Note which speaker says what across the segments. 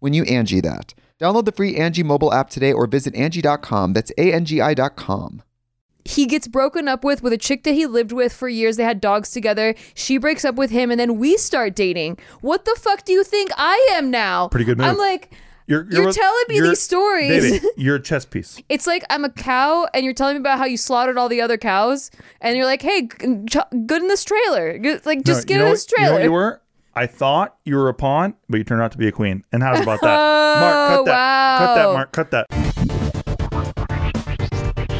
Speaker 1: when you Angie that. Download the free Angie mobile app today or visit Angie.com. That's A-N-G-I dot com.
Speaker 2: he gets broken up with with a chick that he lived with for years. They had dogs together. She breaks up with him, and then we start dating. What the fuck do you think I am now?
Speaker 3: Pretty good
Speaker 2: I'm
Speaker 3: move.
Speaker 2: like, You're telling me these stories.
Speaker 3: Baby, you're a chess piece.
Speaker 2: it's like I'm a cow, and you're telling me about how you slaughtered all the other cows, and you're like, hey, g- ch- good in this trailer. Good, like, just
Speaker 3: No,
Speaker 2: get
Speaker 3: you know
Speaker 2: in
Speaker 3: what-
Speaker 2: this trailer.
Speaker 3: You know what you were? I thought you were a pawn, but you turned out to be a queen. And how's about that? Mark, cut that. Cut that,
Speaker 2: wow.
Speaker 3: Mark. Cut that.
Speaker 2: Oh,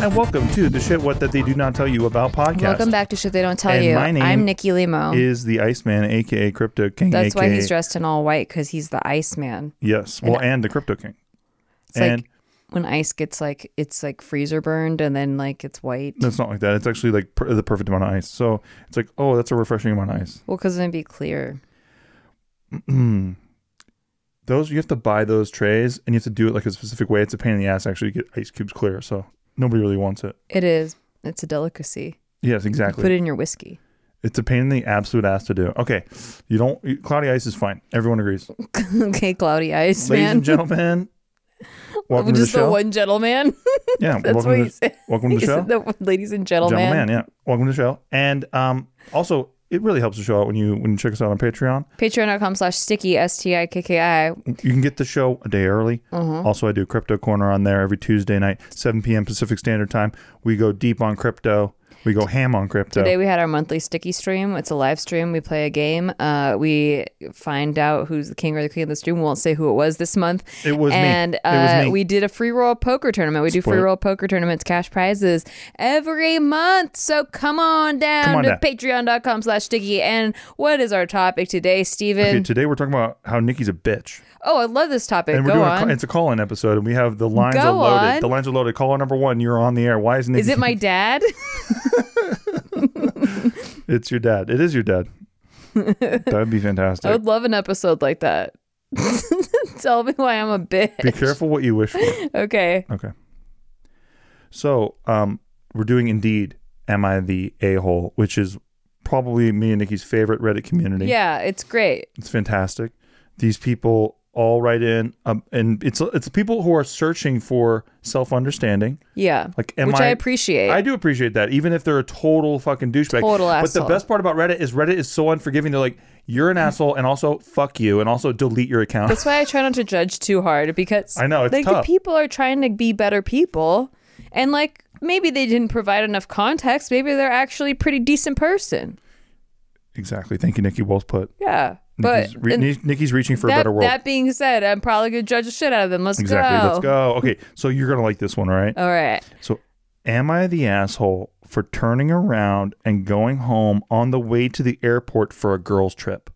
Speaker 3: And welcome to the shit what that they do not tell you about podcast.
Speaker 2: Welcome back to shit they don't tell
Speaker 3: And
Speaker 2: you.
Speaker 3: my name
Speaker 2: I'm Nikki Limo.
Speaker 3: Is the Iceman, aka Crypto King?
Speaker 2: That's
Speaker 3: aka,
Speaker 2: why he's dressed in all white because he's the Iceman.
Speaker 3: Yes, well, and, the Crypto King.
Speaker 2: It's
Speaker 3: and
Speaker 2: like when ice gets like it's like freezer burned, and then like it's white.
Speaker 3: no, it's not like that. It's actually like per- the perfect amount of ice. So it's like, oh, that's a refreshing amount of ice.
Speaker 2: Well, because it'd be clear.
Speaker 3: those you have to buy those trays and you have to do it like a specific way. It's a pain in the ass actually to get ice cubes clear, so nobody really wants it.
Speaker 2: It is. It's a delicacy.
Speaker 3: Yes,
Speaker 2: Put
Speaker 3: exactly.
Speaker 2: it in your whiskey.
Speaker 3: it's a pain in the absolute ass to do. Okay, you don't. you- Cloudy ice is fine. Everyone agrees.
Speaker 2: okay, cloudy ice,
Speaker 3: Ladies
Speaker 2: man.
Speaker 3: and gentlemen, welcome to the
Speaker 2: Just the,
Speaker 3: show.
Speaker 2: one gentleman.
Speaker 3: yeah,
Speaker 2: That's
Speaker 3: welcome,
Speaker 2: what
Speaker 3: to
Speaker 2: he
Speaker 3: the,
Speaker 2: said.
Speaker 3: welcome to the
Speaker 2: He
Speaker 3: show.
Speaker 2: said the one- ladies and gentlemen.
Speaker 3: Gentleman, yeah, welcome to the show. And um, also, it really helps the show out when you when you check us out on Patreon.
Speaker 2: Patreon.com slash sticky S T I K K I.
Speaker 3: You can get the show a day early.
Speaker 2: Uh-huh.
Speaker 3: Also, I do Crypto Corner on there every Tuesday night, 7 p.m. Pacific Standard Time. We go deep on crypto. We go ham on crypto.
Speaker 2: Today we had our monthly sticky stream. It's a live stream. We play a game. Uh, we find out who's the king or the queen of the stream. We won't say who it was this month.
Speaker 3: It was me.
Speaker 2: and,
Speaker 3: It was
Speaker 2: uh,
Speaker 3: me.
Speaker 2: we did a free roll poker tournament. We do free
Speaker 3: Spoiler.
Speaker 2: roll poker tournaments, cash prizes every month. So come on down
Speaker 3: Come on
Speaker 2: to
Speaker 3: down.
Speaker 2: patreon.com slash sticky. And what is our topic today, Steven?
Speaker 3: Okay, today we're talking about how Nikki's a bitch,
Speaker 2: oh, I love this topic.
Speaker 3: and we're
Speaker 2: Go
Speaker 3: doing a,
Speaker 2: on.
Speaker 3: ca- it's a call-in episode, and we have the lines
Speaker 2: Go
Speaker 3: are loaded.
Speaker 2: on.
Speaker 3: The lines are loaded. Caller number one, you're on the air. Why is Nikki?
Speaker 2: is it my dad?
Speaker 3: it's your dad. It is your dad. That'd be
Speaker 2: I
Speaker 3: fantastic.
Speaker 2: would love an episode like that. Tell me why I'm a bitch.
Speaker 3: Be careful what you wish for.
Speaker 2: Okay.
Speaker 3: Okay. So, um, we're doing indeed. Am I the a-hole? Which is probably me and Nikki's favorite Reddit community.
Speaker 2: Yeah, it's great.
Speaker 3: It's fantastic. These people all write in, um, and it's it's people who are searching for self understanding.
Speaker 2: Yeah.
Speaker 3: Like, am
Speaker 2: which I,
Speaker 3: I-
Speaker 2: appreciate.
Speaker 3: I do appreciate that, even if they're a total fucking douchebag.
Speaker 2: Total
Speaker 3: But the
Speaker 2: asshole.
Speaker 3: best part about Reddit is Reddit is so unforgiving. They're like, you're an asshole, and also fuck you, and also delete your account.
Speaker 2: That's why I try not to judge too hard because
Speaker 3: I know, it's
Speaker 2: like
Speaker 3: tough.
Speaker 2: the people are trying to be better people and like maybe they didn't provide enough context. Maybe they're actually a pretty decent person.
Speaker 3: exactly. Thank you, Nikki. Well put.
Speaker 2: Yeah. But
Speaker 3: Nikki's, re-
Speaker 2: and
Speaker 3: Ni- Nikki's reaching for
Speaker 2: that,
Speaker 3: a better world.
Speaker 2: that being said, I'm probably gonna judge the shit out of them. Let's
Speaker 3: exactly.
Speaker 2: go.
Speaker 3: Let's go. Okay, so you're gonna like this one, all right?
Speaker 2: All right.
Speaker 3: So, am I the asshole for turning around and going home on the way to the airport for a girls' trip?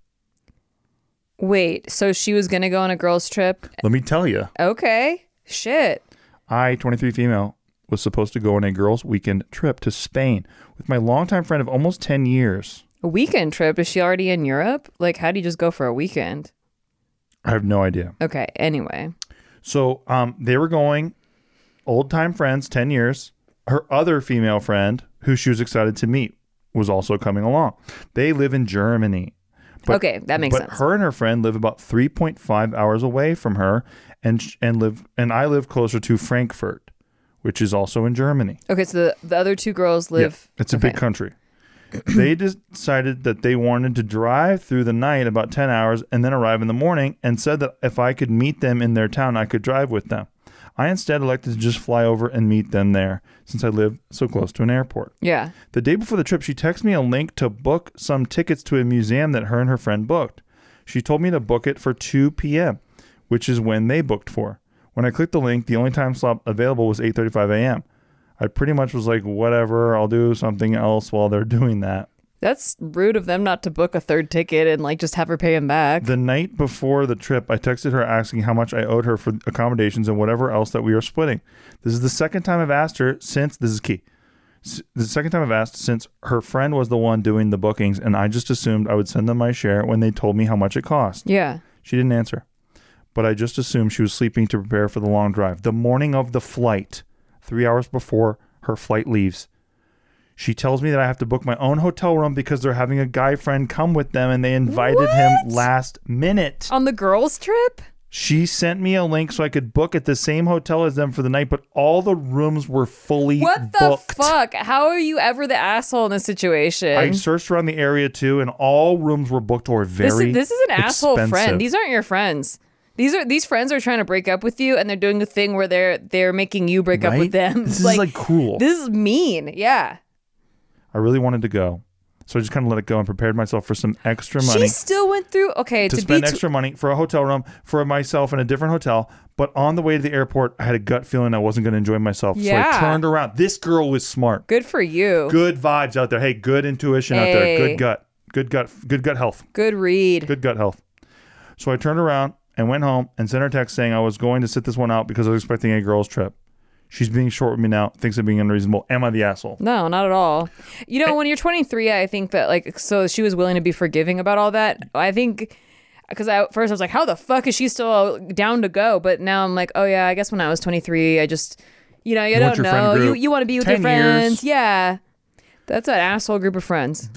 Speaker 2: Wait, so she was gonna go on a girls' trip.
Speaker 3: Let me tell you,
Speaker 2: Okay. Shit.
Speaker 3: I, 23 female, was supposed to go on a girls' weekend trip to Spain with my longtime friend of almost 10 years.
Speaker 2: A weekend trip? Is she already in Europe? Like how do you just go for a weekend?
Speaker 3: I have no idea.
Speaker 2: Okay, anyway.
Speaker 3: So um, they were going, old time friends, 10 years. Her other female friend, who she was excited to meet, was also coming along. They live in Germany. But,
Speaker 2: Okay, that makes
Speaker 3: but
Speaker 2: sense.
Speaker 3: her and her friend live about 3.5 hours away from her, and sh- and live and I live closer to Frankfurt, which is also in Germany.
Speaker 2: Okay, so the, the other two girls live.
Speaker 3: Yeah, it's a big
Speaker 2: okay.
Speaker 3: country. they des- decided that they wanted to drive through the night about 10 hours and then arrive in the morning and said that if I could meet them in their town, I could drive with them. I instead elected to just fly over and meet them there since I live so close to an airport.
Speaker 2: Yeah.
Speaker 3: The day before the trip, she texted me a link to book some tickets to a museum that her and her friend booked. She told me to book it for 2 p.m., which is when they booked for. When I clicked the link, the only time slot available was 8:35 a.m. I pretty much was like, whatever, I'll do something else while they're doing that.
Speaker 2: That's rude of them not to book a third ticket and like just have her pay him back.
Speaker 3: The night before the trip, I texted her asking how much I owed her for accommodations and whatever else that we are splitting. This is the second time I've asked her since this is key. S- The second time I've asked since her friend was the one doing the bookings, and I just assumed I would send them my share when they told me how much it cost.
Speaker 2: yeah.
Speaker 3: She didn't answer, but I just assumed she was sleeping to prepare for the long drive. The morning of the flight, three hours before her flight leaves, she tells me that I have to book my own hotel room because they're having a guy friend come with them and they invited him last minute.
Speaker 2: On the girls' trip?
Speaker 3: She sent me a link so I could book at the same hotel as them for the night, but all the rooms were fully
Speaker 2: What the
Speaker 3: booked.
Speaker 2: fuck? How are you ever the asshole in this situation?
Speaker 3: I searched around the area too, and all rooms were booked or
Speaker 2: this,
Speaker 3: very.
Speaker 2: is, this is an asshole
Speaker 3: expensive.
Speaker 2: friend. These aren't your friends. These are these friends are trying to break up with you, and they're doing the thing where they're they're making you break up
Speaker 3: Right?
Speaker 2: with them.
Speaker 3: This is, like, cruel.
Speaker 2: This is mean. Yeah.
Speaker 3: I really wanted to go, so I just kind of let it go and prepared myself for some extra money
Speaker 2: She still went through. Okay,
Speaker 3: to
Speaker 2: to, be
Speaker 3: spend
Speaker 2: t-
Speaker 3: extra money for a hotel room for myself in a different hotel. But on the way to the airport, I had a gut feeling I wasn't going to enjoy myself, so I
Speaker 2: Yeah.
Speaker 3: turned around. This girl was smart.
Speaker 2: good for you. Good,
Speaker 3: Good vibes out there. Hey, good intuition out there.
Speaker 2: Hey.
Speaker 3: Good gut. Good gut. Good gut health.
Speaker 2: read.
Speaker 3: good gut health. So I turned around and went home and sent her a text saying I was going to sit this one out because I was expecting a girls' trip. She's being short with me now, thinks I'm being unreasonable. Am I the asshole?
Speaker 2: No, not at all. You
Speaker 3: Eh.
Speaker 2: know, when you're 23, I think that like so she was willing to be forgiving about all that. I think because I at first I was like, how the fuck is she still down to go? But now I'm like, oh yeah, I guess when I was 23, I just you know you,
Speaker 3: want
Speaker 2: don't
Speaker 3: your friend
Speaker 2: know you
Speaker 3: group.
Speaker 2: you want to be with your
Speaker 3: 10 years.
Speaker 2: friends, yeah. That's an asshole group of friends.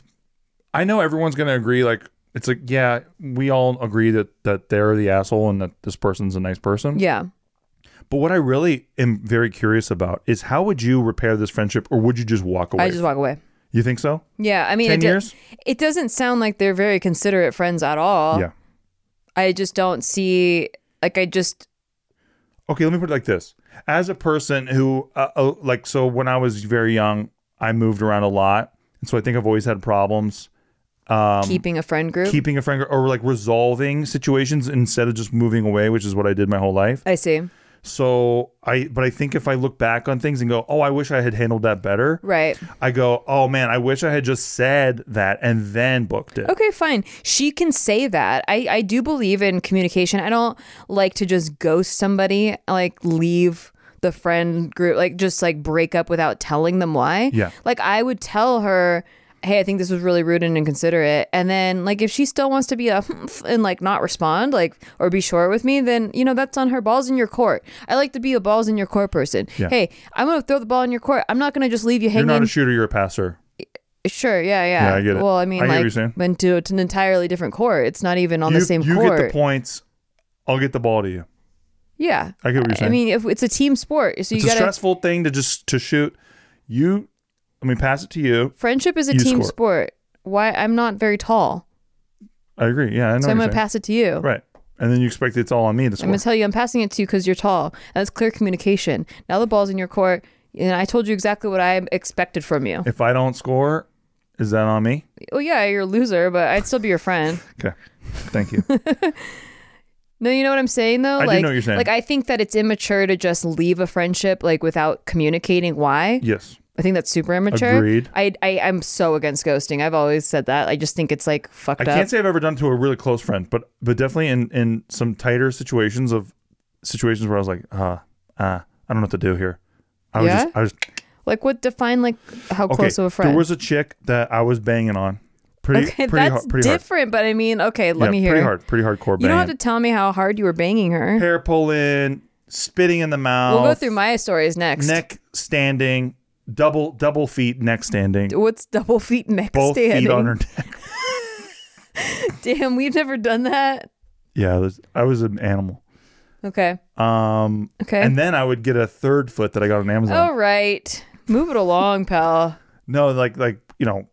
Speaker 3: I know everyone's gonna agree, like it's like, yeah, we all agree that that they're the asshole and that this person's a nice person.
Speaker 2: Yeah.
Speaker 3: But what I really am very curious about is how would you repair this friendship or would you just walk away?
Speaker 2: I just walk away.
Speaker 3: you think so?
Speaker 2: Yeah, I mean,
Speaker 3: 10
Speaker 2: it, do-
Speaker 3: years?
Speaker 2: it doesn't sound like they're very considerate friends at all.
Speaker 3: Yeah.
Speaker 2: I just don't see like I just
Speaker 3: Okay, let me put it like this. As a person who, uh, oh, like, so when I was very young, I moved around a lot. And so I think I've always had problems um,
Speaker 2: keeping a friend group.
Speaker 3: keeping a friend gr- or like resolving situations instead of just moving away, which is what I did my whole life.
Speaker 2: I see.
Speaker 3: So I, but I think if I look back on things and go, oh, I wish I had handled that better,
Speaker 2: Right.
Speaker 3: I go, oh man, I wish I had just said that and then booked it.
Speaker 2: Okay, fine. She can say that. I, I do believe in communication. I don't like to just ghost somebody, like leave the friend group, like just like break up without telling them why.
Speaker 3: Yeah.
Speaker 2: Like I would tell her, hey, I think this was really rude and inconsiderate. And then like if she still wants to be a humph and like not respond, like or be short with me, then you know that's on her balls in your court. I like to be a balls in your court person.
Speaker 3: Yeah.
Speaker 2: Hey, I'm gonna throw the ball in your court. I'm not gonna just leave you
Speaker 3: You're
Speaker 2: hanging.
Speaker 3: not a shooter, you're a passer.
Speaker 2: Sure. Yeah. Yeah.
Speaker 3: Yeah, I get it.
Speaker 2: Well,
Speaker 3: I
Speaker 2: I mean,
Speaker 3: get what
Speaker 2: like,
Speaker 3: you're saying.
Speaker 2: been to it's an entirely different court. It's not even on
Speaker 3: you
Speaker 2: the same
Speaker 3: you
Speaker 2: court.
Speaker 3: get the points, I'll get the ball to you.
Speaker 2: Yeah.
Speaker 3: I get what you're
Speaker 2: I
Speaker 3: saying.
Speaker 2: mean, if it's a team sport, so you
Speaker 3: it's a
Speaker 2: gotta.
Speaker 3: stressful thing to just to shoot. You, let me pass it to you.
Speaker 2: friendship is a
Speaker 3: You
Speaker 2: team
Speaker 3: score.
Speaker 2: sport. Why I'm not very tall,
Speaker 3: I agree. Yeah, I know.
Speaker 2: so
Speaker 3: what
Speaker 2: I'm
Speaker 3: you're
Speaker 2: gonna
Speaker 3: saying.
Speaker 2: pass it to you.
Speaker 3: Right, and then you expect it's all on me to
Speaker 2: I'm
Speaker 3: score.
Speaker 2: gonna tell you I'm passing it to you because you're tall. And that's clear communication. Now the ball's in your court, and I told you exactly what I expected from you.
Speaker 3: if I don't score, is that on me?
Speaker 2: Oh yeah, you're a loser, but I'd still be your friend.
Speaker 3: Okay, thank you.
Speaker 2: No, you know what I'm saying though.
Speaker 3: I do
Speaker 2: like,
Speaker 3: know what you're saying.
Speaker 2: like I think that it's immature to just leave a friendship like without communicating why.
Speaker 3: yes,
Speaker 2: I think that's super immature.
Speaker 3: Agreed.
Speaker 2: I, I I'm so against ghosting. I've always said that. I just think it's like fucked
Speaker 3: I
Speaker 2: up.
Speaker 3: can't say I've ever done it to a really close friend, but but definitely in in some tighter situations of situations where I was like, ah, ah, I don't know what to do here. I was
Speaker 2: Yeah?
Speaker 3: just, I was
Speaker 2: like what define like how
Speaker 3: okay.
Speaker 2: close of a friend?
Speaker 3: There was a chick that I was banging on, pretty
Speaker 2: okay,
Speaker 3: pretty
Speaker 2: that's
Speaker 3: hard, pretty hard.
Speaker 2: different. But I mean, okay, let
Speaker 3: yeah,
Speaker 2: me hear.
Speaker 3: pretty hard, pretty hardcore.
Speaker 2: You
Speaker 3: banging.
Speaker 2: don't have to tell me how hard you were banging her.
Speaker 3: hair pulling, spitting in the mouth.
Speaker 2: We'll go through my stories next.
Speaker 3: neck standing, double double feet neck standing,
Speaker 2: What's double feet neck
Speaker 3: both
Speaker 2: standing?
Speaker 3: feet on her neck.
Speaker 2: Damn, we've never done that.
Speaker 3: Yeah, I was, I was an animal.
Speaker 2: Okay.
Speaker 3: Um,
Speaker 2: Okay. Oh,
Speaker 3: and then I would get a third foot that I got on Amazon.
Speaker 2: All right. Move it along, pal.
Speaker 3: No, like like you know,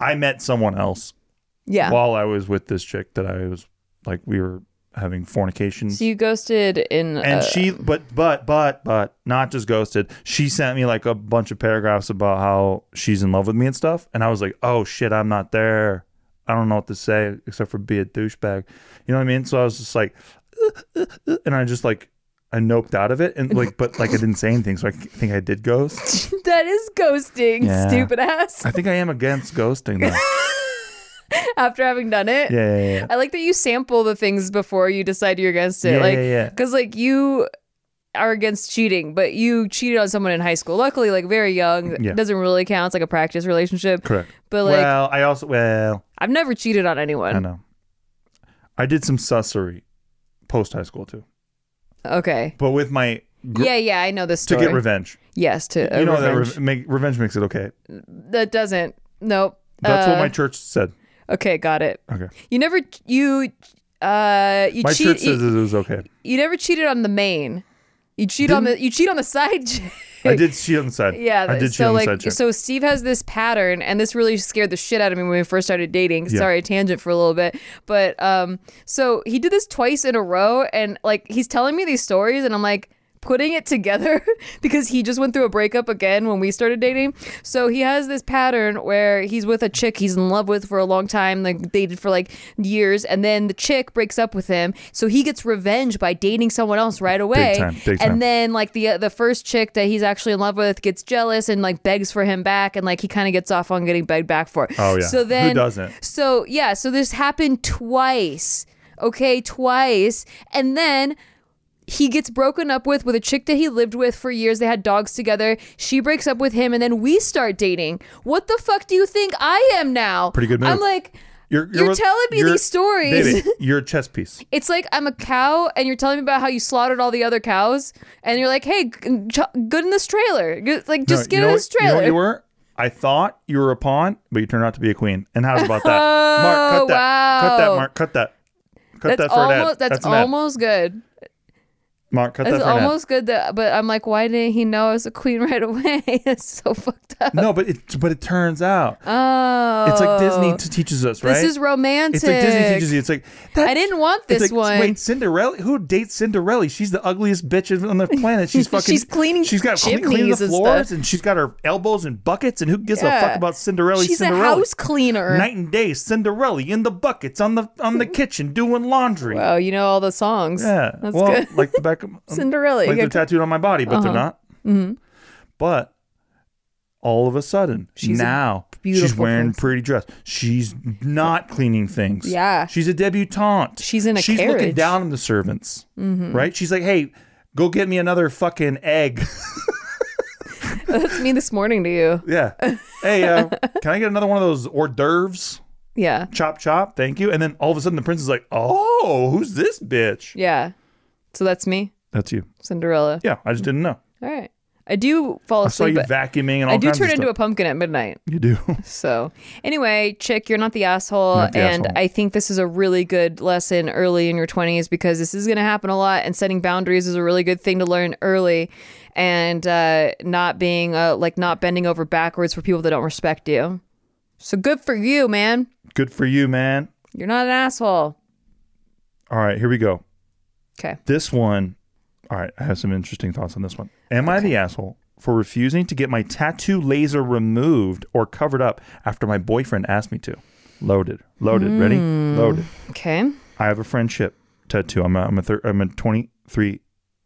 Speaker 3: I met someone else
Speaker 2: Yeah.
Speaker 3: while I was with this chick that I was like we were having fornication.
Speaker 2: so you ghosted in.
Speaker 3: and
Speaker 2: uh,
Speaker 3: she but but but but not just ghosted she sent me like a bunch of paragraphs about how she's in love with me and stuff and i was like oh shit i'm not there i don't know what to say except for be a douchebag you know what i mean so i was just like and i just like i noped out of it and like but like i didn't say anything so i think i did ghost
Speaker 2: that is ghosting,
Speaker 3: Yeah.
Speaker 2: stupid ass.
Speaker 3: i think i am against ghosting though
Speaker 2: After having done it.
Speaker 3: yeah yeah yeah
Speaker 2: I like that you sample the things before you decide you're against it.
Speaker 3: Yeah,
Speaker 2: like,
Speaker 3: yeah, yeah.
Speaker 2: Cause like you are against cheating, but you cheated on someone in high school. Luckily, like very young,
Speaker 3: Yeah.
Speaker 2: it doesn't really count. It's like a practice relationship.
Speaker 3: correct
Speaker 2: But like, uh,
Speaker 3: well i also well
Speaker 2: I've never cheated on
Speaker 3: i
Speaker 2: anyone.
Speaker 3: know i did some sussery post high school too
Speaker 2: Okay.
Speaker 3: but with my gr-
Speaker 2: yeah, yeah, I know this
Speaker 3: to
Speaker 2: story.
Speaker 3: get revenge
Speaker 2: Yes, to uh,
Speaker 3: you know
Speaker 2: revenge.
Speaker 3: that re- make, revenge makes it okay.
Speaker 2: That, doesn't. Nope.
Speaker 3: That's
Speaker 2: Uh,
Speaker 3: what my church said.
Speaker 2: Okay, got it.
Speaker 3: Okay,
Speaker 2: You never you uh you
Speaker 3: my church
Speaker 2: cheat
Speaker 3: says
Speaker 2: you,
Speaker 3: it was okay.
Speaker 2: you never cheated on the main. You cheat on the you cheat on the side chick.
Speaker 3: I did cheat on the side.
Speaker 2: Yeah,
Speaker 3: I did cheat
Speaker 2: so
Speaker 3: on
Speaker 2: like
Speaker 3: the side. chick.
Speaker 2: so Steve has this pattern and this really scared the shit out of me when we first started dating.
Speaker 3: Yeah.
Speaker 2: Sorry, tangent for a little bit. But um so he did this twice in a row and like he's telling me these stories and I'm like putting it together because he just went through a breakup again when we started dating. So he has this pattern where he's with a chick he's in love with for a long time, like dated for like years and then the chick breaks up with him. So he gets revenge by dating someone else right away.
Speaker 3: time, big
Speaker 2: and
Speaker 3: time.
Speaker 2: then then like the the first chick that he's actually in love with gets jealous and like begs for him back and like he kind of gets off on getting begged back for.
Speaker 3: Oh, yeah.
Speaker 2: So
Speaker 3: Who
Speaker 2: then
Speaker 3: doesn't?
Speaker 2: So yeah, so this happened twice. Okay, twice. And then he gets broken up with with a chick that he lived with for years. They had dogs together. She breaks up with him and then we start dating. What the fuck do you think I am now?
Speaker 3: Pretty good
Speaker 2: I'm
Speaker 3: move.
Speaker 2: like you're telling me these stories.
Speaker 3: Baby, you're a chess piece.
Speaker 2: it's like I'm a cow, and you're telling me about how you slaughtered all the other cows, and you're like, "Hey, g- ch- good in this trailer. Good, like, just
Speaker 3: No,
Speaker 2: get
Speaker 3: you know
Speaker 2: in
Speaker 3: what-
Speaker 2: this
Speaker 3: You know
Speaker 2: trailer."
Speaker 3: what you were? I thought you were a pawn, but you turned out to be a queen. And how's about that? Mark, cut that. Cut that,
Speaker 2: Oh, wow.
Speaker 3: Mark. Cut that. Cut
Speaker 2: that's
Speaker 3: that for an ad.
Speaker 2: almost that's,
Speaker 3: an ad.
Speaker 2: almost good.
Speaker 3: Mark, cut that
Speaker 2: That's
Speaker 3: for an ad.
Speaker 2: almost good. That, but I'm like, why didn't he know I was a queen right away? it's so fucked up.
Speaker 3: No, but it but it turns out
Speaker 2: Oh,
Speaker 3: it's like Disney t- teaches us, right?
Speaker 2: This is romantic.
Speaker 3: It's like Disney teaches you. It's like that
Speaker 2: I didn't want
Speaker 3: It's
Speaker 2: this one.
Speaker 3: like, Wait, Cinderella? Who dates Cinderella? She's the ugliest bitch on the planet. She's fucking.
Speaker 2: She's cleaning
Speaker 3: She's got clean- cleaning
Speaker 2: chimneys
Speaker 3: the
Speaker 2: and
Speaker 3: floors,
Speaker 2: stuff.
Speaker 3: and she's got her elbows and buckets. And who gives a
Speaker 2: Yeah.
Speaker 3: fuck about Cinderella?
Speaker 2: She's
Speaker 3: Cinderella.
Speaker 2: a house cleaner.
Speaker 3: Night and day, Cinderella in the buckets on the on the kitchen doing laundry.
Speaker 2: wow, you know all the songs.
Speaker 3: yeah,
Speaker 2: that's
Speaker 3: well,
Speaker 2: good.
Speaker 3: like the back of
Speaker 2: Cinderella.
Speaker 3: like
Speaker 2: you
Speaker 3: they're
Speaker 2: got-
Speaker 3: tattooed on my body, but
Speaker 2: Uh-huh.
Speaker 3: they're not. Mm-hmm. But all of a sudden,
Speaker 2: She's a
Speaker 3: now she's
Speaker 2: beautiful
Speaker 3: wearing
Speaker 2: person.
Speaker 3: pretty dress. She's not cleaning things.
Speaker 2: Yeah.
Speaker 3: she's a debutante.
Speaker 2: She's in a
Speaker 3: She's looking
Speaker 2: carriage. Mm-hmm.
Speaker 3: down on the servants, right? She's like, "Hey, go get me another fucking egg."
Speaker 2: that's me this morning to you.
Speaker 3: yeah. Hey, uh, can I get another one of those hors d'oeuvres?
Speaker 2: Yeah,
Speaker 3: Chop chop, thank you. And then all of a sudden, the prince is like, "Oh, who's this bitch?"
Speaker 2: yeah. So that's me.
Speaker 3: That's you.
Speaker 2: Cinderella.
Speaker 3: Yeah, I just didn't know.
Speaker 2: All right. I do fall
Speaker 3: I saw
Speaker 2: asleep.
Speaker 3: you
Speaker 2: but
Speaker 3: vacuuming and all
Speaker 2: I do
Speaker 3: kinds of
Speaker 2: turn into a
Speaker 3: stuff.
Speaker 2: pumpkin at midnight.
Speaker 3: You do.
Speaker 2: So, anyway, chick, you're not the asshole.
Speaker 3: Not the
Speaker 2: and
Speaker 3: asshole.
Speaker 2: I think this is a really good lesson early in your 20s because this is going to happen a lot. And setting boundaries is a really good thing to learn early and uh, not being uh, like not bending over backwards for people that don't respect you. So, good for you, man.
Speaker 3: Good for you, man.
Speaker 2: You're not an asshole.
Speaker 3: All right, here we go.
Speaker 2: Okay.
Speaker 3: This one, all right, I have some interesting thoughts on this one. Am I the asshole for refusing to get my tattoo laser removed or covered up after my boyfriend asked me to? Loaded, loaded, ready? Loaded.
Speaker 2: Okay.
Speaker 3: I have a friendship tattoo. I'm a, I'm a, thir- I'm a 23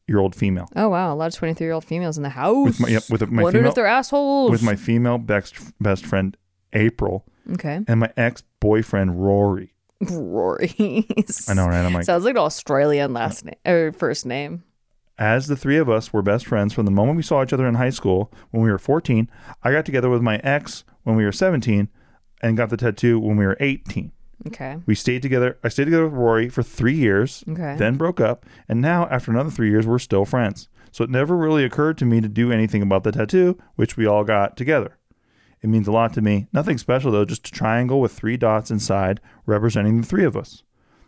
Speaker 3: year old female
Speaker 2: Oh, wow. A lot of 23 year old females in the house.
Speaker 3: With my- yep, with my
Speaker 2: Wondering
Speaker 3: female-
Speaker 2: if they're assholes.
Speaker 3: with my female best, best friend, April,
Speaker 2: Okay.
Speaker 3: and my ex boyfriend, Rory.
Speaker 2: Rory's.
Speaker 3: I know, right? I'm like,
Speaker 2: Sounds like an Australian last name or first name.
Speaker 3: As the three of us were best friends from the moment we saw each other in high school when we were 14, I got together with my ex when we were 17 and got the tattoo when we were 18.
Speaker 2: Okay.
Speaker 3: We stayed together. I stayed together with Rory for three years,
Speaker 2: Okay.
Speaker 3: then broke up, and now after another three years, we're still friends. So it never really occurred to me to do anything about the tattoo, which we all got together. It means a lot to me. Nothing special though, just a triangle with three dots inside representing the three of us.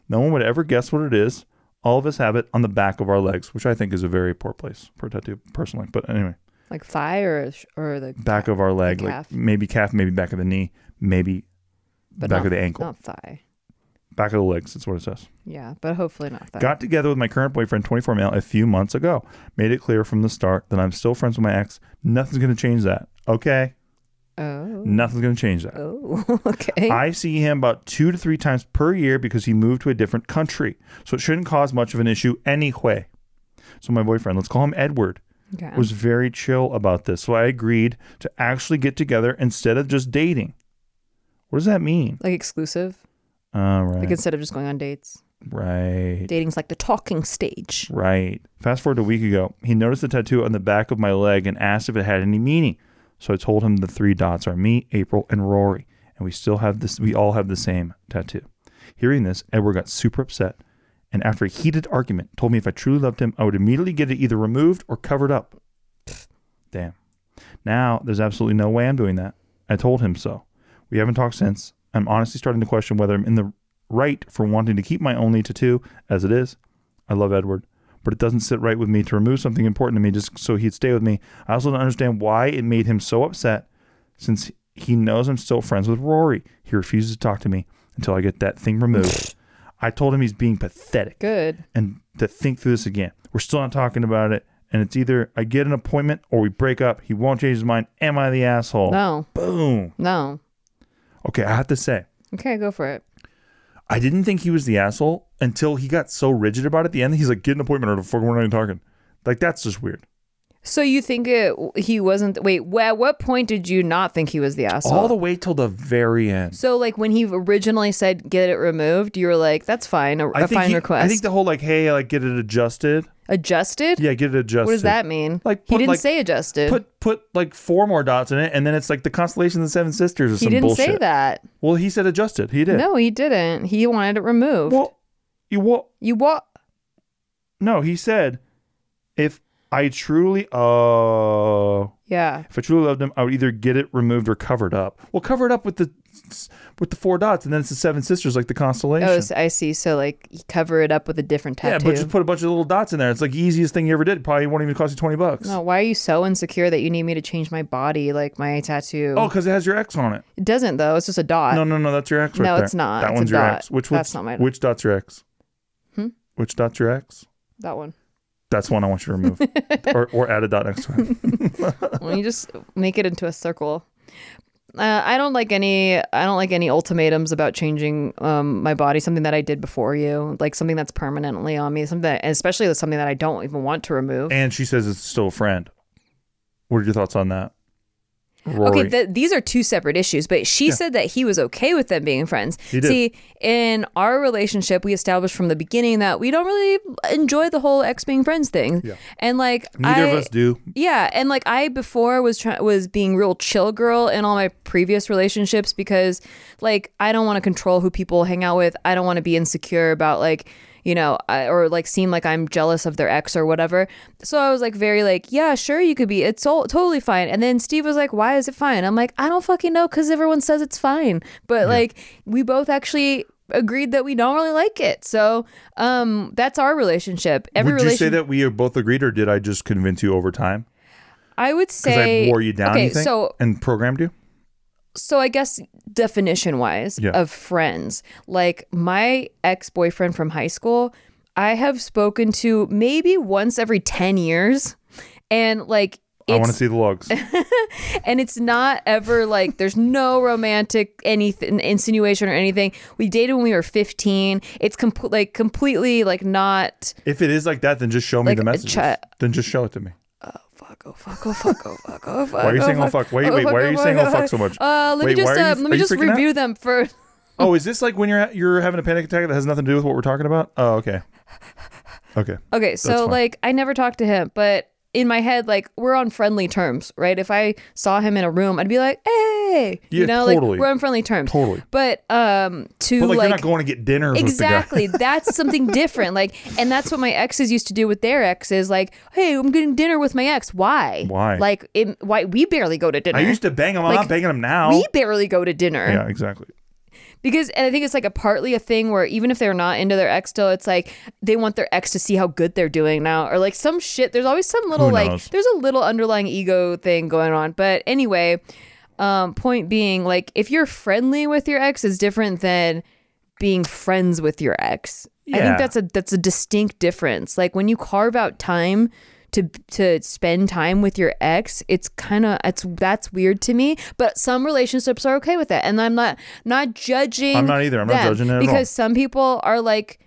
Speaker 3: No one would ever guess what it is. All of us have it on the back of our legs, which I think is a very poor place for a tattoo, personally. But anyway,
Speaker 2: Like thigh or sh- or the
Speaker 3: back of our leg,
Speaker 2: calf.
Speaker 3: like maybe calf, maybe back of the knee, maybe
Speaker 2: but
Speaker 3: back
Speaker 2: not,
Speaker 3: of the ankle,
Speaker 2: Not thigh.
Speaker 3: back of the legs. That's what it says.
Speaker 2: Yeah, but hopefully not thigh.
Speaker 3: Got together with my current boyfriend, 24 male, a few months ago. Made it clear from the start that I'm still friends with my ex. Nothing's going to change that. Okay.
Speaker 2: Oh.
Speaker 3: Nothing's going to change that.
Speaker 2: Oh. Okay.
Speaker 3: I see him about two to three times per year because he moved to a different country. So it shouldn't cause much of an issue anyway. So my boyfriend, let's call him Edward,
Speaker 2: okay.
Speaker 3: was very chill about this. So I agreed to actually get together instead of just dating. What does that mean?
Speaker 2: like exclusive.
Speaker 3: Uh, right.
Speaker 2: Like instead of just going on dates,
Speaker 3: right.
Speaker 2: dating's like the talking stage.
Speaker 3: Right. Fast forward a week ago, he noticed the tattoo on the back of my leg and asked if it had any meaning. So I told him the three dots are me, April, and Rory, and we still have this. We all have the same tattoo. Hearing this, Edward got super upset, and after a heated argument, told me if I truly loved him, I would immediately get it either removed or covered up. Pfft, Damn. Now there's absolutely no way I'm doing that. I told him so. We haven't talked since. I'm honestly starting to question whether I'm in the right for wanting to keep my only tattoo as it is. I love Edward, but it doesn't sit right with me to remove something important to me just so he'd stay with me. I also don't understand why it made him so upset since he knows I'm still friends with Rory. He refuses to talk to me until I get that thing removed. I told him he's being pathetic
Speaker 2: Good.
Speaker 3: and to think through this again. We're still not talking about it. And it's either I get an appointment or we break up. He won't change his mind. Am I the asshole?
Speaker 2: No.
Speaker 3: Boom.
Speaker 2: No.
Speaker 3: Okay, I have to say,
Speaker 2: Okay, go for it.
Speaker 3: I didn't think he was the asshole until he got so rigid about it at the end. He's like, get an appointment or the fuck, we're not even talking. Like, that's just weird.
Speaker 2: So you think it, he wasn't? Wait, wh- at what point did you not think he was the asshole?
Speaker 3: All the way till the very end.
Speaker 2: so like when he originally said get it removed, you were like, "That's fine, a, a fine
Speaker 3: he-
Speaker 2: request."
Speaker 3: I think the whole like, hey, like get it adjusted.
Speaker 2: adjusted.
Speaker 3: Yeah, get it adjusted.
Speaker 2: What does that mean?
Speaker 3: Like,
Speaker 2: he
Speaker 3: put,
Speaker 2: didn't
Speaker 3: like-
Speaker 2: say adjusted.
Speaker 3: Put put like four more dots in it, and then it's like the constellation of the seven sisters or
Speaker 2: he
Speaker 3: some
Speaker 2: didn't
Speaker 3: bullshit.
Speaker 2: say that.
Speaker 3: Well, he said adjusted. He did.
Speaker 2: No, he didn't. He wanted it removed.
Speaker 3: Well, you what?
Speaker 2: you what?
Speaker 3: No, he said, if I truly, oh,
Speaker 2: Yeah.
Speaker 3: if I truly loved him, I would either get it removed or covered up. Well, covered up with the with the four dots, and then it's the seven sisters, like the constellation.
Speaker 2: Oh, so I see. So like you cover it up with a different
Speaker 3: yeah,
Speaker 2: tattoo.
Speaker 3: but just put a bunch of little dots in there. It's like the easiest thing you ever did. Probably won't even cost you twenty bucks.
Speaker 2: no, why are you so insecure that you need me to change my body, like my tattoo?
Speaker 3: Oh, because it has your X on it.
Speaker 2: It doesn't though. It's just a dot.
Speaker 3: No, no, no. That's your X right
Speaker 2: No,
Speaker 3: there.
Speaker 2: it's not.
Speaker 3: That
Speaker 2: It's a
Speaker 3: one's your
Speaker 2: dot.
Speaker 3: X. Which
Speaker 2: That's
Speaker 3: one's,
Speaker 2: not my-
Speaker 3: Which dot's your X?
Speaker 2: Hmm?
Speaker 3: Which dot's your X?
Speaker 2: That one.
Speaker 3: That's one I want you to remove, or or add a dot next to it.
Speaker 2: Why don't you just make it into a circle? Uh, I don't like any. I don't like any ultimatums about changing um, my body. Something that I did before you, like something that's permanently on me. Something, that, especially with something that I don't even want to remove.
Speaker 3: and she says it's still a friend. What are your thoughts on that? Rory.
Speaker 2: Okay, th- these are two separate issues, but she said that he was okay with them being friends.
Speaker 3: He did.
Speaker 2: See, in our relationship, we established from the beginning that we don't really enjoy the whole ex being friends thing.
Speaker 3: Yeah.
Speaker 2: And like,
Speaker 3: Neither
Speaker 2: I,
Speaker 3: of us do.
Speaker 2: Yeah, and like I before was try- was being real chill girl in all my previous relationships because like I don't want to control who people hang out with. I don't want to be insecure about like you know I, or like seem like I'm jealous of their ex or whatever. So I was like very like yeah sure you could be it's all, totally fine. And then Steve was like why is it fine? I'm like I don't fucking know because everyone says it's fine, but like we both actually agreed that we don't really like it. So um that's our relationship. Every
Speaker 3: Would you say
Speaker 2: relationship
Speaker 3: that we are both agreed, or did I just convince you over time?
Speaker 2: I would
Speaker 3: Because
Speaker 2: say
Speaker 3: I wore you down,
Speaker 2: Okay,
Speaker 3: you think,
Speaker 2: so
Speaker 3: and programmed you.
Speaker 2: so I guess definition wise
Speaker 3: Yeah.
Speaker 2: of friends, like my ex boyfriend from high school, I have spoken to maybe once every 10 years. And like,
Speaker 3: I want to
Speaker 2: it's,
Speaker 3: see the logs.
Speaker 2: and it's not ever like there's no romantic anything insinuation or anything. We dated when we were 15. It's complete like completely like not
Speaker 3: if it is like that, then just show me
Speaker 2: Like
Speaker 3: the
Speaker 2: a
Speaker 3: messages.
Speaker 2: chat.
Speaker 3: then just show it to me.
Speaker 2: fuck oh fuck oh fuck oh fuck oh fuck.
Speaker 3: Why are you
Speaker 2: oh,
Speaker 3: saying oh fuck? Wait, wait, why are you saying oh fuck so much?
Speaker 2: Uh, let
Speaker 3: Wait,
Speaker 2: me
Speaker 3: why
Speaker 2: just
Speaker 3: are you-
Speaker 2: uh, let
Speaker 3: are
Speaker 2: me
Speaker 3: you
Speaker 2: just
Speaker 3: freaking out?
Speaker 2: review them first.
Speaker 3: Oh, is this like when you're you're having a panic attack that has nothing to do with what we're talking about? Oh, okay, okay.
Speaker 2: Okay, so
Speaker 3: fine.
Speaker 2: like I never talked to him, but in my head, like we're on friendly terms, right? If I saw him in a room, I'd be like, "Hey, hey, you
Speaker 3: Yeah,
Speaker 2: know,
Speaker 3: totally.
Speaker 2: like we're on friendly terms.
Speaker 3: Totally.
Speaker 2: But um, to
Speaker 3: But like, you're
Speaker 2: like
Speaker 3: not going to get dinner with
Speaker 2: Exactly. that's something different. Like, and that's what my exes used to do with their exes. Like, hey, I'm getting dinner with my ex. Why?
Speaker 3: Why?
Speaker 2: Like, it, why? We barely go to
Speaker 3: the
Speaker 2: dinner.
Speaker 3: guy. I used to bang him. I'm not
Speaker 2: Like,
Speaker 3: banging him now.
Speaker 2: we barely go to dinner
Speaker 3: yeah, exactly.
Speaker 2: because, and I think it's like a partly a thing where even if they're not into their ex still, it's like they want their ex to see how good they're doing now, or like some shit. There's always some little
Speaker 3: Who
Speaker 2: like
Speaker 3: knows?
Speaker 2: there's a little underlying ego thing going on. But anyway, um, point being, like if you're friendly with your ex is different than being friends with your ex. I
Speaker 3: Yeah.
Speaker 2: think that's a that's a distinct difference. Like when you carve out time to to spend time with your ex, it's kind of it's that's weird to me. But some relationships are okay with that, and I'm not not judging.
Speaker 3: I'm not either. I'm not
Speaker 2: them,
Speaker 3: judging it at all.
Speaker 2: because some people are like.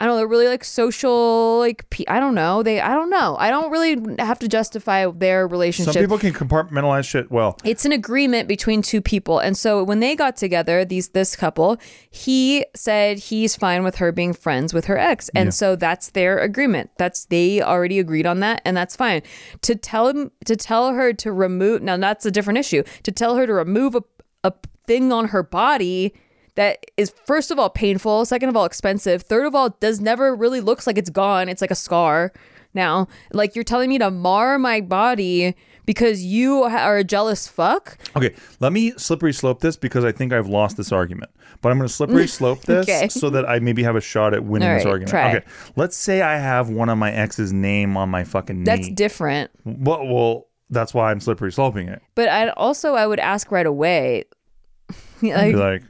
Speaker 2: I don't know. They're really like social, like pe- I don't know. They, I don't know. I don't really have to justify their relationship.
Speaker 3: Some people can compartmentalize shit well.
Speaker 2: It's an agreement between two people. And so when they got together, these this couple, he said he's fine with her being friends with her ex. And so that's their agreement. That's they already agreed on that and that's fine. To tell him to tell her to remove now that's a different issue. To tell her to remove a a thing on her body that is first of all painful, second of all expensive, third of all does never really looks like it's gone. It's like a scar now. Like you're telling me to mar my body because you ha- are a jealous fuck.
Speaker 3: Okay, let me slippery slope this because I think I've lost this argument. But I'm going to slippery slope this
Speaker 2: Okay.
Speaker 3: so that I maybe have a shot at winning
Speaker 2: All
Speaker 3: this
Speaker 2: right,
Speaker 3: argument.
Speaker 2: try.
Speaker 3: Okay, let's say I have one of my ex's name on my fucking
Speaker 2: That's
Speaker 3: knee.
Speaker 2: different.
Speaker 3: well, well, that's why I'm slippery sloping it.
Speaker 2: But I also I would ask right away.
Speaker 3: I'd
Speaker 2: like,
Speaker 3: be like,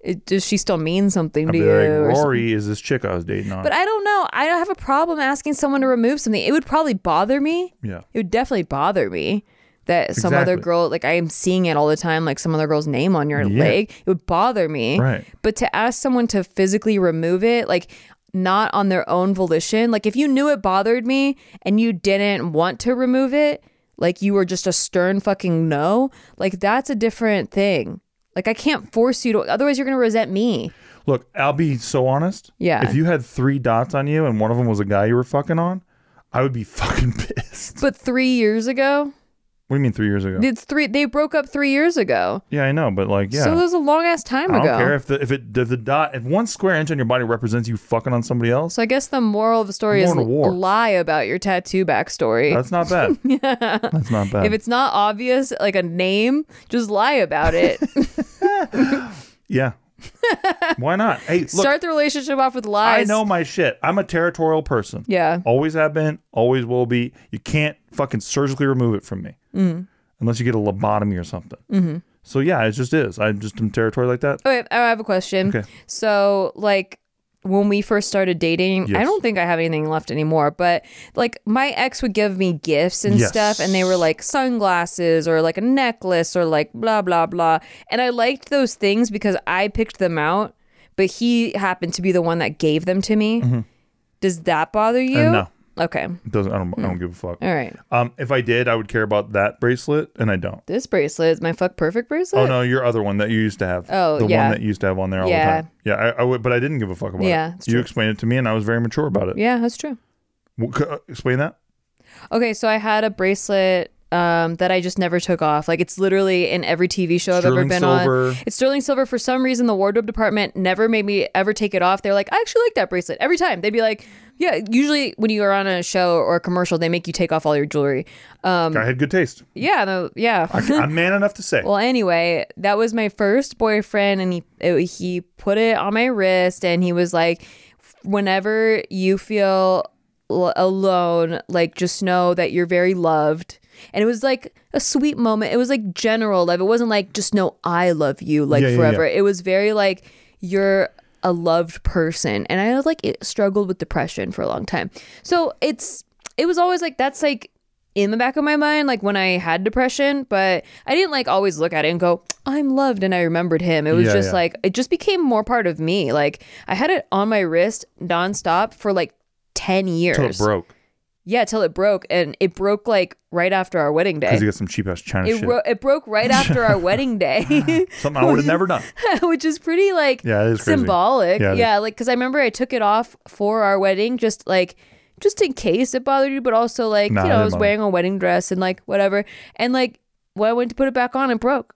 Speaker 2: it- does she still mean something to
Speaker 3: I'd be
Speaker 2: you?
Speaker 3: like,
Speaker 2: or something?
Speaker 3: Rory is this chick I was dating on.
Speaker 2: but I don't know. I don't have a problem asking someone to remove something. It would probably bother me.
Speaker 3: yeah,
Speaker 2: It would definitely bother me that some other
Speaker 3: Exactly.
Speaker 2: girl, like I am seeing it all the time, like some other girl's name on your
Speaker 3: Yeah.
Speaker 2: leg. It would bother me.
Speaker 3: Right.
Speaker 2: But to ask someone to physically remove it, like not on their own volition, like if you knew it bothered me and you didn't want to remove it, like you were just a stern fucking no, like that's a different thing. Like I can't force you to, otherwise you're going to resent me.
Speaker 3: Look, I'll be so honest.
Speaker 2: Yeah.
Speaker 3: If you had three dots on you and one of them was a guy you were fucking on, I would be fucking pissed.
Speaker 2: But three years ago,
Speaker 3: What do you mean three years ago?
Speaker 2: it's three, they broke up three years ago.
Speaker 3: yeah, I know, but like, yeah.
Speaker 2: So it was a long ass time
Speaker 3: I don't
Speaker 2: ago.
Speaker 3: care if the if it if the dot if one square inch on your body represents you fucking on somebody else.
Speaker 2: So I guess the moral of the story
Speaker 3: I'm
Speaker 2: is
Speaker 3: going to war.
Speaker 2: lie about your tattoo backstory.
Speaker 3: That's not bad. That's not bad.
Speaker 2: if it's not obvious, like a name, just lie about it.
Speaker 3: yeah. Why not? Hey, look,
Speaker 2: Start the relationship off with
Speaker 3: I
Speaker 2: lies.
Speaker 3: know my shit. I'm a territorial person.
Speaker 2: Yeah.
Speaker 3: Always have been, always will be. You can't fucking surgically remove it from me
Speaker 2: Mm-hmm.
Speaker 3: unless you get a lobotomy or something. Mm-hmm. So yeah, it just is. I just am territorial like that.
Speaker 2: Okay, I have a question.
Speaker 3: Okay.
Speaker 2: So, like, when we first started dating, I
Speaker 3: Yes.
Speaker 2: don't think I have anything left anymore, but like, my ex would give me gifts and
Speaker 3: Yes.
Speaker 2: stuff, and they were like sunglasses or like a necklace or like blah, blah, blah. And I liked those things because I picked them out, but he happened to be the one that gave them to me. Does that bother you?
Speaker 3: Mm-hmm. Uh, no.
Speaker 2: Okay.
Speaker 3: It doesn't. I don't. I
Speaker 2: Mm.
Speaker 3: don't give a fuck.
Speaker 2: All right.
Speaker 3: Um, if I did, I would care about that bracelet, and I don't.
Speaker 2: This bracelet is my fuck perfect bracelet.
Speaker 3: Oh no, your other one that you used to have.
Speaker 2: Oh,
Speaker 3: the
Speaker 2: yeah.
Speaker 3: one that you used to have on there all
Speaker 2: Yeah.
Speaker 3: the time. Yeah, I, I would, but I didn't give a fuck about
Speaker 2: Yeah,
Speaker 3: it.
Speaker 2: it's
Speaker 3: you
Speaker 2: true.
Speaker 3: explained it to me, and I was very mature about it.
Speaker 2: Yeah, that's true.
Speaker 3: Well, c- uh, explain that.
Speaker 2: Okay, so I had a bracelet um, that I just never took off. Like it's literally in every TV show I've
Speaker 3: Sterling
Speaker 2: ever been
Speaker 3: silver.
Speaker 2: on. It's sterling silver. For some reason, the wardrobe department never made me ever take it off. They're like, I actually like that bracelet. Every time they'd be like, Yeah. Usually when you are on a show or a commercial, they make you take off all your jewelry. Um,
Speaker 3: I had good taste.
Speaker 2: yeah, no, yeah.
Speaker 3: I, am man enough to say.
Speaker 2: Well, anyway, that was my first boyfriend, and he it, he put it on my wrist, and he was like, "Whenever you feel l- alone, like just know that you're very loved." And it was like a sweet moment. It was like general love. It wasn't like just know I love you like
Speaker 3: Yeah, yeah,
Speaker 2: forever.
Speaker 3: yeah.
Speaker 2: It was very like you're a loved person, and I like it struggled with depression for a long time. So it's it was always like that's like in the back of my mind, like when I had depression, but I didn't like always look at it and go, I'm loved and I remembered him. It was
Speaker 3: Yeah,
Speaker 2: just
Speaker 3: yeah.
Speaker 2: like, it just became more part of me. Like I had it on my wrist nonstop for like 10 years.
Speaker 3: Till it broke
Speaker 2: Yeah, till it broke. And it broke like right after our wedding day.
Speaker 3: because you got some cheap ass China
Speaker 2: It,
Speaker 3: shit.
Speaker 2: ro- it broke right after our wedding day.
Speaker 3: Something I would have never done.
Speaker 2: which is pretty like
Speaker 3: Yeah, it is crazy.
Speaker 2: symbolic.
Speaker 3: Yeah,
Speaker 2: Yeah,
Speaker 3: it
Speaker 2: like because I remember I took it off for our wedding, just like just in case it bothered you, but also like
Speaker 3: Nah,
Speaker 2: you
Speaker 3: it
Speaker 2: know I
Speaker 3: didn't
Speaker 2: was
Speaker 3: bother me.
Speaker 2: wearing a wedding dress and like whatever, and like when I went to put it back on, it broke.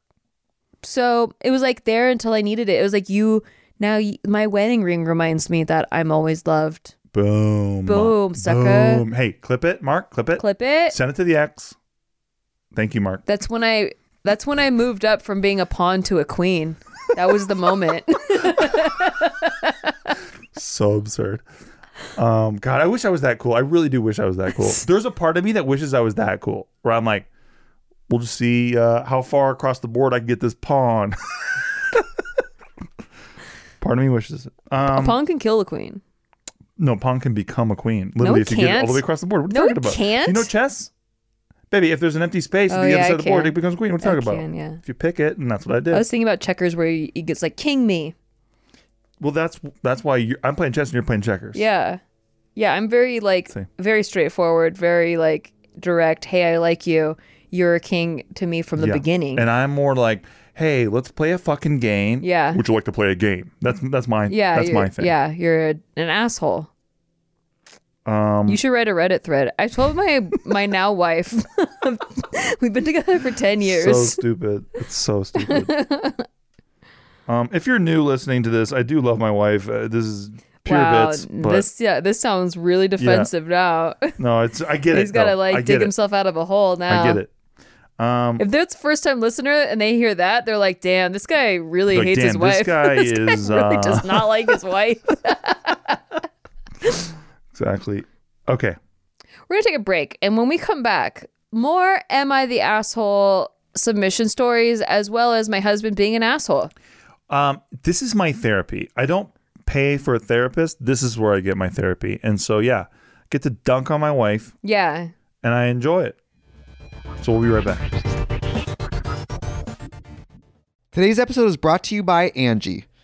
Speaker 2: so it was like there until I needed it. It was like you now. y my wedding ring reminds me that I'm always loved.
Speaker 3: Boom.
Speaker 2: Boom, sucker.
Speaker 3: Boom. Hey, clip it, Mark. Clip it.
Speaker 2: Clip it.
Speaker 3: Send it to the ex. Thank you, Mark.
Speaker 2: That's when I. That's when I moved up from being a pawn to a queen. That was the moment.
Speaker 3: so absurd. Um, God, I wish I was that cool. I really do wish I was that cool. There's a part of me that wishes I was that cool, where I'm like, we'll just see uh, how far across the board I can get this pawn. part of me wishes. it.
Speaker 2: a
Speaker 3: Um,
Speaker 2: pawn can kill a queen.
Speaker 3: no, pawn can become a queen. Literally,
Speaker 2: it
Speaker 3: if you get it all
Speaker 2: can't.
Speaker 3: the way across the board. What are you
Speaker 2: No,
Speaker 3: talking
Speaker 2: it
Speaker 3: about?
Speaker 2: can't.
Speaker 3: You know chess, baby. If there's an empty space
Speaker 2: Oh,
Speaker 3: at the
Speaker 2: yeah,
Speaker 3: other
Speaker 2: I
Speaker 3: side of the board,
Speaker 2: can.
Speaker 3: it becomes a queen. What are you
Speaker 2: I
Speaker 3: talking
Speaker 2: can,
Speaker 3: about?
Speaker 2: yeah.
Speaker 3: If you pick it, and that's what I did.
Speaker 2: I was thinking about checkers where he gets like king me.
Speaker 3: Well, that's that's why you're, I'm playing chess and you're playing checkers.
Speaker 2: Yeah. Yeah, I'm very like
Speaker 3: See.
Speaker 2: very straightforward, very like direct. Hey, I like you. You're a king to me from the
Speaker 3: Yeah.
Speaker 2: beginning.
Speaker 3: And I'm more like, hey, let's play a fucking game.
Speaker 2: Yeah.
Speaker 3: Would you like to play a game? That's that's my
Speaker 2: yeah,
Speaker 3: that's
Speaker 2: you're-
Speaker 3: my thing.
Speaker 2: Yeah, you're a, an asshole.
Speaker 3: Um,
Speaker 2: You should write a Reddit thread. I told my my now wife. We've been together for ten
Speaker 3: so
Speaker 2: years.
Speaker 3: stupid. It's so stupid. um, if you're new listening to this, I do love my wife. Uh, this is pure
Speaker 2: wow,
Speaker 3: bits, but
Speaker 2: this yeah, this sounds really defensive now.
Speaker 3: no, it's I get it.
Speaker 2: He's got to
Speaker 3: though. I
Speaker 2: like
Speaker 3: get
Speaker 2: dig
Speaker 3: it.
Speaker 2: himself out of a hole now.
Speaker 3: I get it. Um,
Speaker 2: If that's first time listener and they hear that, they're like, "Damn, this guy really
Speaker 3: Like,
Speaker 2: hates his
Speaker 3: "Damn,
Speaker 2: wife.
Speaker 3: this guy is,
Speaker 2: really
Speaker 3: uh,
Speaker 2: does not like his wife."
Speaker 3: exactly. Okay.
Speaker 2: We're gonna take a break, and when we come back, more "Am I the asshole?" submission stories, as well as my husband being an asshole.
Speaker 3: Um, this is my therapy. I don't pay for a therapist. This is where I get my therapy. And so yeah, get to dunk on my wife.
Speaker 2: Yeah,
Speaker 3: and I enjoy it. So we'll be right back.
Speaker 1: Today's episode is brought to you by Angie.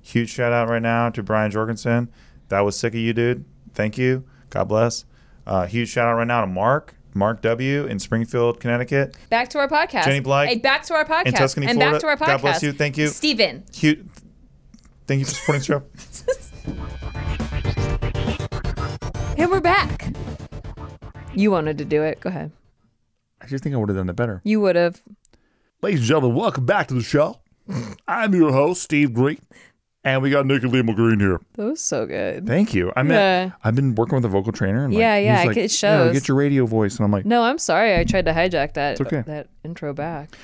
Speaker 3: huge shout out right now to Brian Jorgensen. That was sick of you, dude. Thank you. God bless. Uh, huge shout out right now to Mark, Mark W. in Springfield, Connecticut.
Speaker 2: Back to our podcast,
Speaker 3: Jenny Blythe
Speaker 2: Hey, back to our podcast,
Speaker 3: in Tuscany,
Speaker 2: and
Speaker 3: Florida.
Speaker 2: back to our podcast.
Speaker 3: God bless you. Thank you.
Speaker 2: Steven.
Speaker 3: Huge. Thank you for supporting the show.
Speaker 2: And we're back. You wanted to do it. Go ahead.
Speaker 3: I just think I would have done it better.
Speaker 2: You would have.
Speaker 3: Ladies and gentlemen, welcome back to the show. I'm your host, Steve Green, and we got Nick and Lima Green here.
Speaker 2: That was so good.
Speaker 3: Thank you. I mean,
Speaker 2: Yeah.
Speaker 3: I've been working with a vocal trainer. And like,
Speaker 2: Yeah, yeah,
Speaker 3: he's
Speaker 2: I
Speaker 3: like,
Speaker 2: c- it
Speaker 3: "Yeah,
Speaker 2: shows."
Speaker 3: get your radio voice, and I'm like,
Speaker 2: No, I'm sorry. I tried to hijack that
Speaker 3: okay.
Speaker 2: that intro back.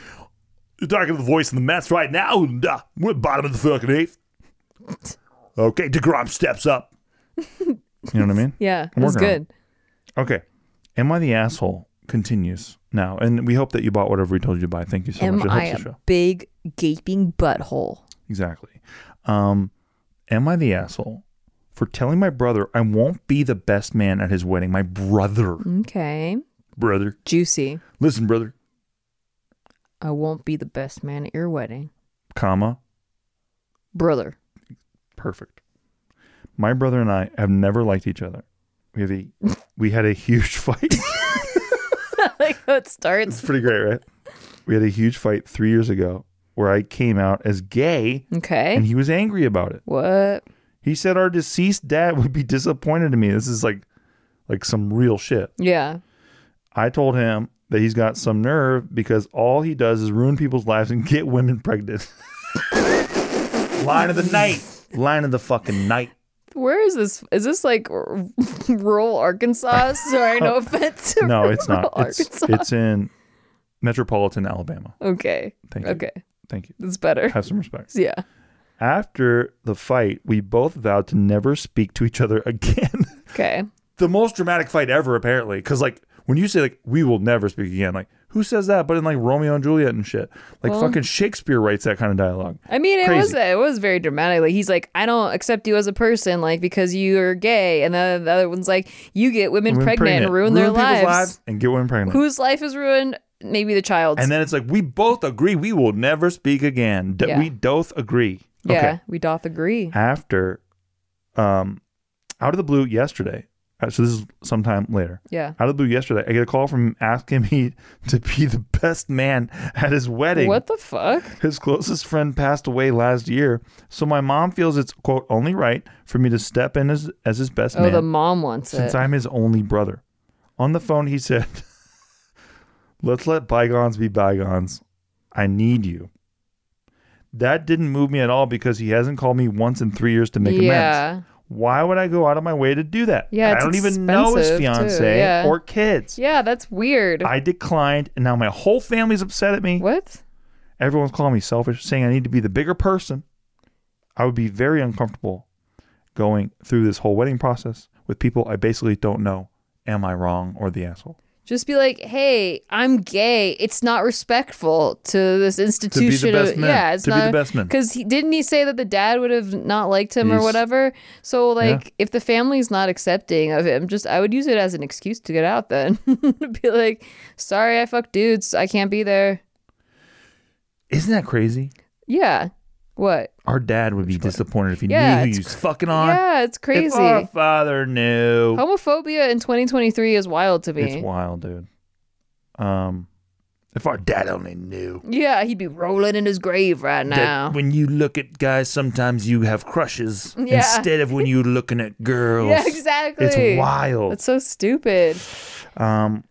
Speaker 3: you're talking to the voice in the Mets right now, and uh, we're bottom of the fucking eighth. Okay, Degrom steps up. you know what I mean?
Speaker 2: Yeah,
Speaker 3: I'm
Speaker 2: that's
Speaker 3: working on it.
Speaker 2: good.
Speaker 3: Okay. Am I the asshole? Continues now, and we hope that you bought whatever we told you to buy. Thank you so
Speaker 2: Am
Speaker 3: much. It
Speaker 2: I
Speaker 3: helps
Speaker 2: a
Speaker 3: the show.
Speaker 2: big gaping butthole?
Speaker 3: Exactly. Um, am I the asshole for telling my brother I won't be the best man at his wedding. My brother.
Speaker 2: Okay.
Speaker 3: Brother.
Speaker 2: Juicy.
Speaker 3: Listen, brother.
Speaker 2: I won't be the best man at your wedding.
Speaker 3: Comma.
Speaker 2: Brother.
Speaker 3: Perfect. My brother and I have never liked each other. We have a we had a huge fight.
Speaker 2: like how it starts.
Speaker 3: it's pretty great, right? We had a huge fight three years ago where I came out as gay
Speaker 2: Okay.
Speaker 3: and he was angry about it.
Speaker 2: what?
Speaker 3: He said our deceased dad would be disappointed in me. This is like like some real shit.
Speaker 2: Yeah.
Speaker 3: I told him that he's got some nerve because all he does is ruin people's lives and get women pregnant. Line of the night. Line of the fucking night.
Speaker 2: Where is this? Is this like r- rural Arkansas? Sorry, no offense. to
Speaker 3: No, it's
Speaker 2: rural
Speaker 3: not. It's
Speaker 2: Arkansas.
Speaker 3: it's in metropolitan Alabama.
Speaker 2: okay.
Speaker 3: Thank you.
Speaker 2: Okay.
Speaker 3: Thank you.
Speaker 2: That's better.
Speaker 3: Have some respect.
Speaker 2: Yeah.
Speaker 3: After the fight, we both vowed to never speak to each other again.
Speaker 2: Okay.
Speaker 3: the most dramatic fight ever, apparently. Because like when you say like we will never speak again, like who says that? But in like Romeo and Juliet and shit, like fucking Shakespeare writes that kind of dialogue.
Speaker 2: I mean, it was
Speaker 3: Crazy.
Speaker 2: it was very dramatic. Like he's like, I don't accept you as a person, like because you are gay, and the, the other one's like, you get women,
Speaker 3: Women
Speaker 2: pregnant, and ruin, their
Speaker 3: people's
Speaker 2: lives.
Speaker 3: and get women pregnant.
Speaker 2: Whose life is ruined? Maybe the child's.
Speaker 3: and then it's like we both agree we will never speak again. D-
Speaker 2: Yeah.
Speaker 3: We both agree.
Speaker 2: yeah, we doth agree.
Speaker 3: After, um, out of the blue yesterday. uh, So this is sometime later.
Speaker 2: Yeah.
Speaker 3: Out of the blue yesterday, I get a call from him asking me to be the best man at his wedding.
Speaker 2: What the fuck?
Speaker 3: His closest friend passed away last year, so my mom feels it's quote only right for me to step in as as his best
Speaker 2: Oh,
Speaker 3: man
Speaker 2: the mom wants
Speaker 3: since
Speaker 2: it.
Speaker 3: I'm his only brother. On the phone, he said, "Let's let bygones be bygones. I need you." That didn't move me at all because he hasn't called me once in three years to make amends.
Speaker 2: yeah.
Speaker 3: Why would I go out of my way to do that?
Speaker 2: Yeah,
Speaker 3: I
Speaker 2: it's
Speaker 3: don't even know his
Speaker 2: expensive, too.
Speaker 3: fiance
Speaker 2: Yeah.
Speaker 3: or kids.
Speaker 2: Yeah, that's weird.
Speaker 3: I declined, and now my whole family's upset at me.
Speaker 2: what?
Speaker 3: Everyone's calling me selfish, saying I need to be the bigger person. I would be very uncomfortable going through this whole wedding process with people I basically don't know. Am I wrong or the asshole?
Speaker 2: Just be like, hey, I'm gay. It's not respectful to this institution.
Speaker 3: best
Speaker 2: of,
Speaker 3: man.
Speaker 2: Yeah, it's
Speaker 3: To be
Speaker 2: not
Speaker 3: the best man.
Speaker 2: Because he, didn't he say that the dad would have not liked him or
Speaker 3: He's-
Speaker 2: whatever? So like, if the family's not accepting of him, just I would use it as an excuse to get out. Then be like, sorry, I fucked dudes. I can't be there.
Speaker 3: Isn't that crazy?
Speaker 2: Yeah. What?
Speaker 3: Our dad would be disappointed if he
Speaker 2: Yeah,
Speaker 3: knew who
Speaker 2: it's
Speaker 3: he was fucking on.
Speaker 2: Yeah, it's
Speaker 3: If uh, our
Speaker 2: crazy.
Speaker 3: father knew.
Speaker 2: Homophobia in 2023 is wild to
Speaker 3: It's
Speaker 2: me.
Speaker 3: wild, dude. Um, if our dad only knew.
Speaker 2: Yeah, he'd be rolling in his grave right now.
Speaker 4: that when you look at guys, sometimes you have crushes
Speaker 2: Yeah.
Speaker 4: instead of when you're looking at girls.
Speaker 2: Yeah, exactly.
Speaker 3: It's wild.
Speaker 2: That's so stupid.
Speaker 3: um,